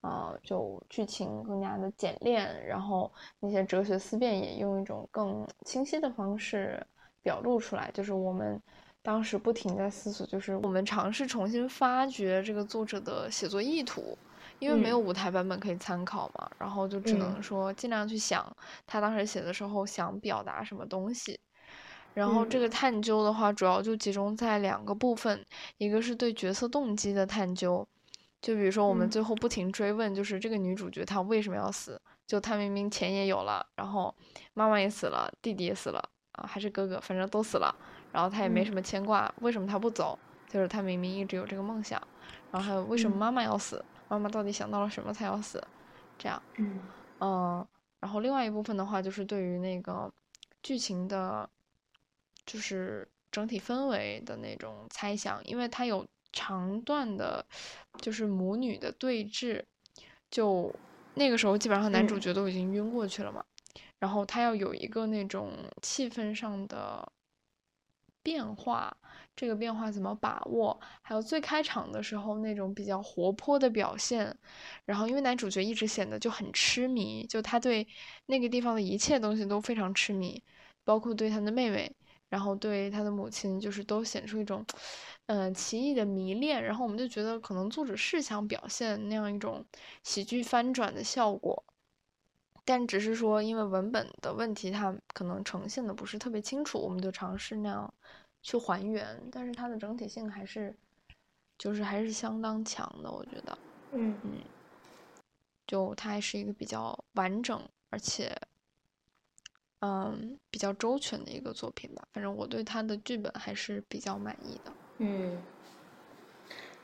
啊、就剧情更加的简练，然后那些哲学思辨也用一种更清晰的方式表露出来。就是我们当时不停在思索，就是我们尝试重新发掘这个作者的写作意图，因为没嗯有舞台版本可以参考嘛，然后就只嗯能说尽量去想他当时写的时候想表达什么东西。然后这个探究的话，主要就集中在两个部分，一个是对角色动机的探究，就比如说我们嗯最后不停追问，就是这个女主角她为什么要死？就她明明钱也有了，然后妈妈也死了，弟弟也死了啊，还是哥哥，反正都死了，然后她也没嗯什么牵挂，为什么她不走？就是她明明一直有这个梦想，然后还有为什么嗯妈妈要死？妈妈到底想到了什么才要死？这样。嗯嗯，然后另外一部分的话，就是对于那个剧情的，就是整体氛围的那种猜想，因为它有长段的，就是母女的对峙，就那个时候基本上男主嗯角都已经晕过去了嘛，然后他要有一个那种气氛上的变化，这个变化怎么把握，还有最开场的时候那种比较活泼的表现，然后因为男主角一直显得就很痴迷，就他对那个地方的一切东西都非常痴迷，包括对他的妹妹，然后对他的母亲，就是都显出一种，呃，奇异的迷恋。然后我们就觉得可能作者是想表现那样一种喜剧翻转的效果，但只是说因为文本的问题，它可能呈现的不是特别清楚，我们就尝试那样去还原，但是它的整体性还是就是还是相当强的，我觉得。嗯就它还是一个比较完整，而且，嗯，比较周全的一个作品吧。反正我对它的剧本还是比较满意的。嗯，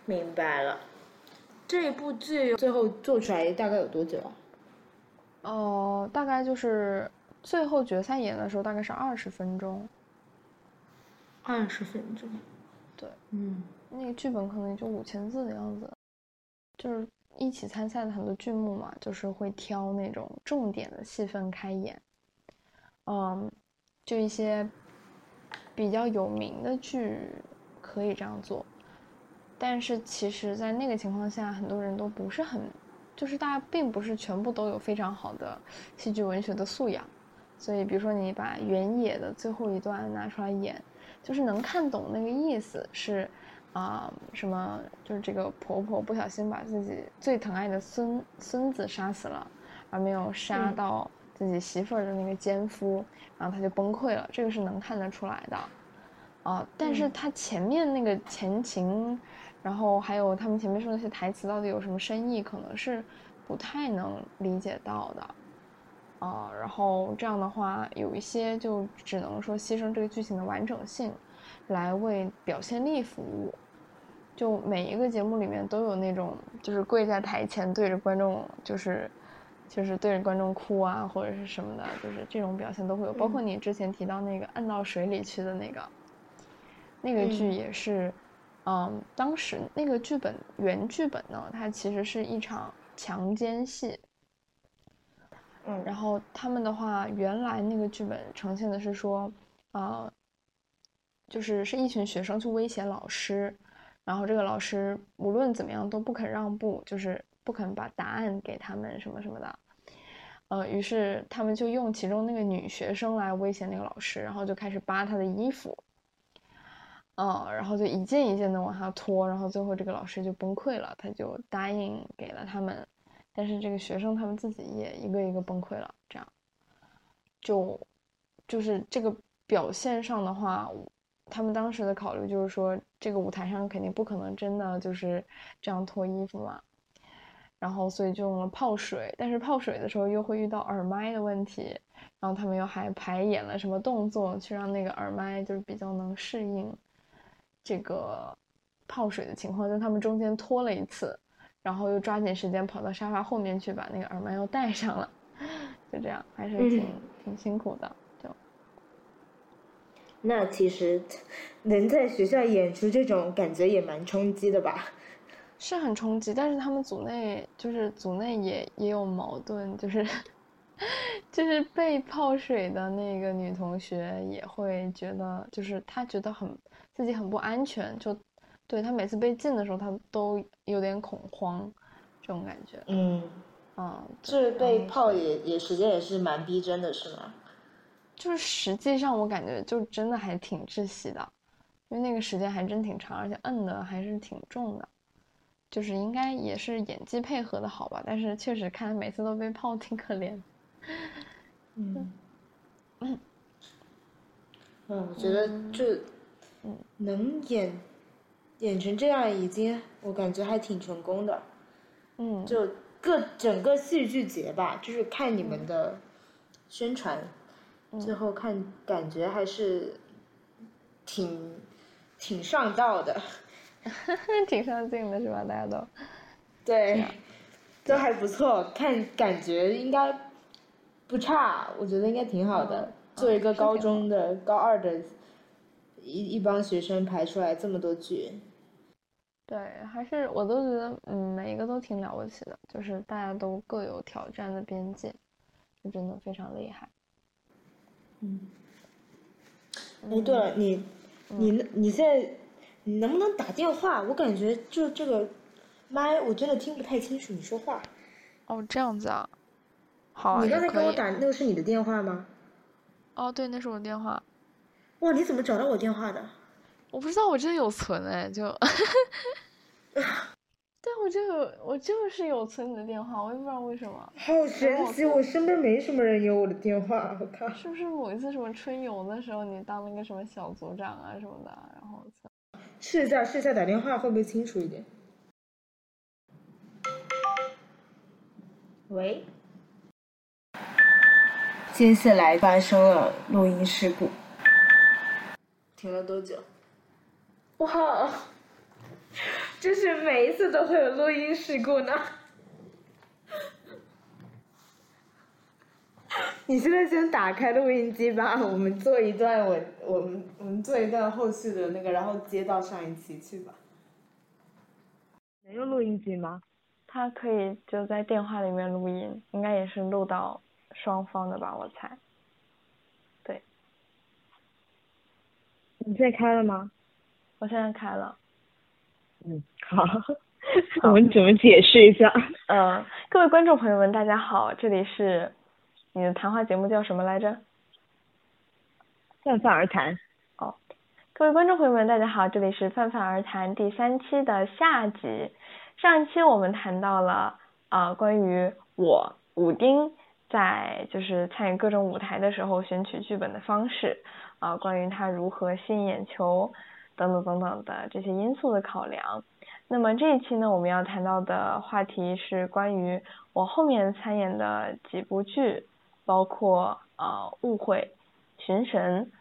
明白了。这部剧最后做出来大概有多久啊？哦、大概就是最后决赛演的时候，大概是二十分钟，二十分钟，对，嗯，那个剧本可能也就五千字的样子。就是一起参赛的很多剧目嘛，就是会挑那种重点的戏份开演，嗯，就一些比较有名的剧可以这样做，但是其实，在那个情况下，很多人都不是很，就是大家并不是全部都有非常好的戏剧文学的素养，所以比如说你把原野的最后一段拿出来演，就是能看懂那个意思是。啊、什么就是这个婆婆不小心把自己最疼爱的孙孙子杀死了，而没有杀嗯到自己媳妇儿的那个奸夫，然后她就崩溃了，这个是能看得出来的。啊，但是他前面那个前情，然后还有他们前面说的那些台词到底有什么深意，可能是不太能理解到的。啊，然后这样的话，有一些就只能说牺牲这个剧情的完整性，来为表现力服务。就每一个节目里面都有那种，就是跪在台前对着观众，就是就是对着观众哭啊，或者是什么的，就是这种表现都会有。包括你之前提到那个按到水里去的那个，那个剧嗯也是，嗯，当时那个剧本原剧本呢，它其实是一场强奸戏。嗯然后他们的话，原来那个剧本呈现的是说，啊、就是是一群学生去威胁老师，然后这个老师无论怎么样都不肯让步，就是不肯把答案给他们什么什么的。呃，于是他们就用其中那个女学生来威胁那个老师，然后就开始扒她的衣服，嗯，然后就一件一件的往下拖，然后最后这个老师就崩溃了，他就答应给了他们，但是这个学生他们自己也一个一个崩溃了，这样，就就是这个表现上的话，他们当时的考虑就是说，这个舞台上肯定不可能真的就是这样脱衣服嘛，然后所以就用了泡水，但是泡水的时候又会遇到耳麦的问题，然后他们又还排演了什么动作去让那个耳麦就是比较能适应这个泡水的情况，就他们中间拖了一次，然后又抓紧时间跑到沙发后面去把那个耳麦又戴上了， *laughs* 就这样还是挺、挺辛苦的，就那其实能在学校演出这种感觉也蛮冲击的吧？是很冲击，但是他们组内就是组内也也有矛盾，就是 *laughs* 就是被泡水的那个女同学也会觉得，就是她觉得很自己很不安全，就对她每次被禁的时候，她都有点恐慌，这种感觉，嗯，嗯，这被嗯泡也也时间也是蛮逼真的，是吗？就是实际上我感觉就真的还挺窒息的，因为那个时间还真挺长，而且摁的还是挺重的，就是应该也是演技配合的好吧，但是确实看他每次都被泡挺可怜。嗯，嗯，我觉得就嗯能演演成这样，已经我感觉还挺成功的。嗯，就各整个戏剧节吧，就是看你们的宣传，最后看感觉还是挺挺上道的，挺上镜的是吧？大家都，对，都还不错，看感觉应该不差，我觉得应该挺好的。作为一个嗯是挺高中的高二的一一帮学生排出来这么多剧，对，还是我都觉得，嗯，每一个都挺了不起的，就是大家都各有挑战的边界，就真的非常厉害。嗯哎，对了，你，你，你现在你能不能打电话？我感觉就这个麦，我真的听不太清楚你说话。哦，这样子啊，好啊，你也刚才可给我以。打那个是你的电话吗？哦，对，那是我电话。哇，你怎么找到我电话的？我不知道，我真的有存哎，就 *laughs* 对，我就有，我就是有存你的电话，我也不知道为什么，好神奇！然后我身边没什么人有我的电话，我靠！是不是某一次什么春游的时候，你当那个什么小组长啊什么的，然后存试一下，试一下打电话会不会清楚一点？喂，接下来发生了录音事故，停了多久？哇，就是每一次都会有录音事故呢。你现在先打开录音机吧，我们做一段我我们我们做一段后续的那个，然后接到上一期去吧。能用录音机吗？他可以就在电话里面录音，应该也是录到双方的吧，我猜。你现在开了吗？我现在开了。 *laughs* 好，我们怎么解释一 *laughs* 下？嗯，各位观众朋友们，大家好，这里是你的谈话节目叫什么来着？泛泛而谈。各位观众朋友们，大家好，这里是泛泛而谈第三期的下集。上一期我们谈到了啊、呃关于我武丁在就是参与各种舞台的时候选取剧本的方式啊、关于他如何吸引眼球等等等等的这些因素的考量。那么这一期呢，我们要谈到的话题是关于我后面参演的几部剧，包括啊、呃误会、寻神、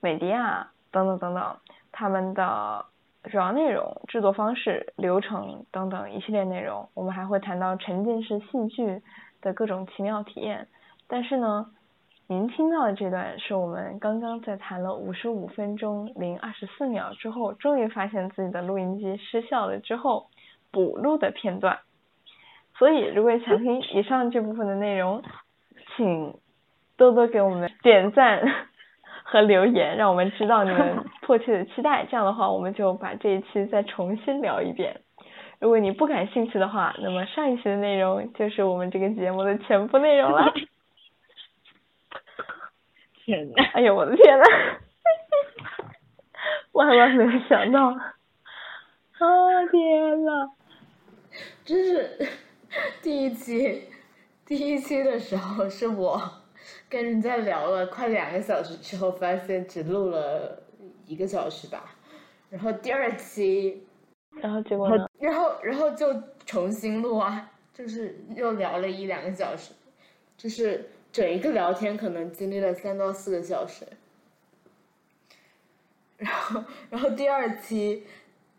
美迪亚等等等等，他们的主要内容、制作方式、流程等等一系列内容，我们还会谈到沉浸式戏剧的各种奇妙体验。但是呢，您听到的这段是我们刚刚在谈了五十五分钟零二十四秒之后，终于发现自己的录音机失效了之后补录的片段。所以，如果想听以上这部分的内容，请多多给我们点赞和留言，让我们知道你们迫切的期待。这样的话，我们就把这一期再重新聊一遍。如果你不感兴趣的话，那么上一期的内容就是我们这个节目的全部内容了。天哪！哎呦，我的天呐， *laughs* 万万没有想到！啊天呐，真是第一期，第一期的时候是我跟人家聊了快两个小时之后，发现只录了一个小时吧。然后第二期，然后结果呢？然后然后就重新录啊，就是又聊了一两个小时，就是整一个聊天可能经历了三到四个小时。然后然后第二期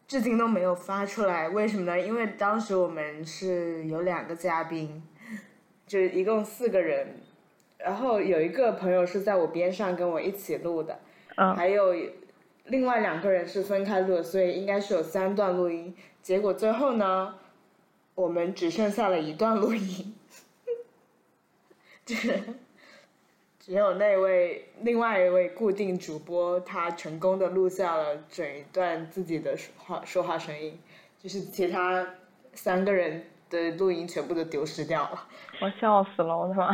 至今都没有发出来，为什么呢？因为当时我们是有两个嘉宾，就是一共四个人，然后有一个朋友是在我边上跟我一起录的，嗯还有另外两个人是分开录的，所以应该是有三段录音。结果最后呢，我们只剩下了一段录音， *laughs* 就是只有那位另外一位固定主播，他成功的录下了整一段自己的说话说话声音，就是其他三个人的录音全部都丢失掉了， *laughs* 我笑死了，我的妈！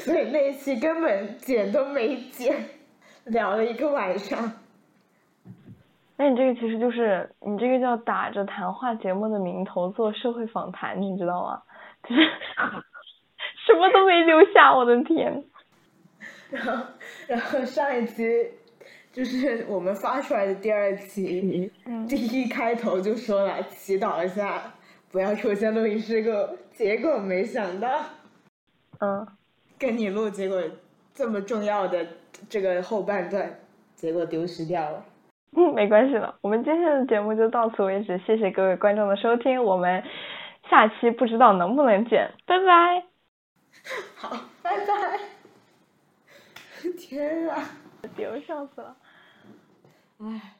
所以那一期根本剪都没剪， *laughs* 聊了一个晚上。那你这个其实就是你这个叫打着谈话节目的名头做社会访谈，你知道吗？就是 *laughs* 什么都没留下，我的天！然后，然后上一期就是我们发出来的第二期，嗯第一开头就说了祈祷一下，不要出现录音事故。结果没想到嗯， *laughs* 跟你录，结果这么重要的这个后半段，结果丢失掉了。嗯，没关系了，我们今天的节目就到此为止，谢谢各位观众的收听，我们下期不知道能不能见，拜拜。好，拜拜。 *laughs* 天啊！丢，笑死了。唉。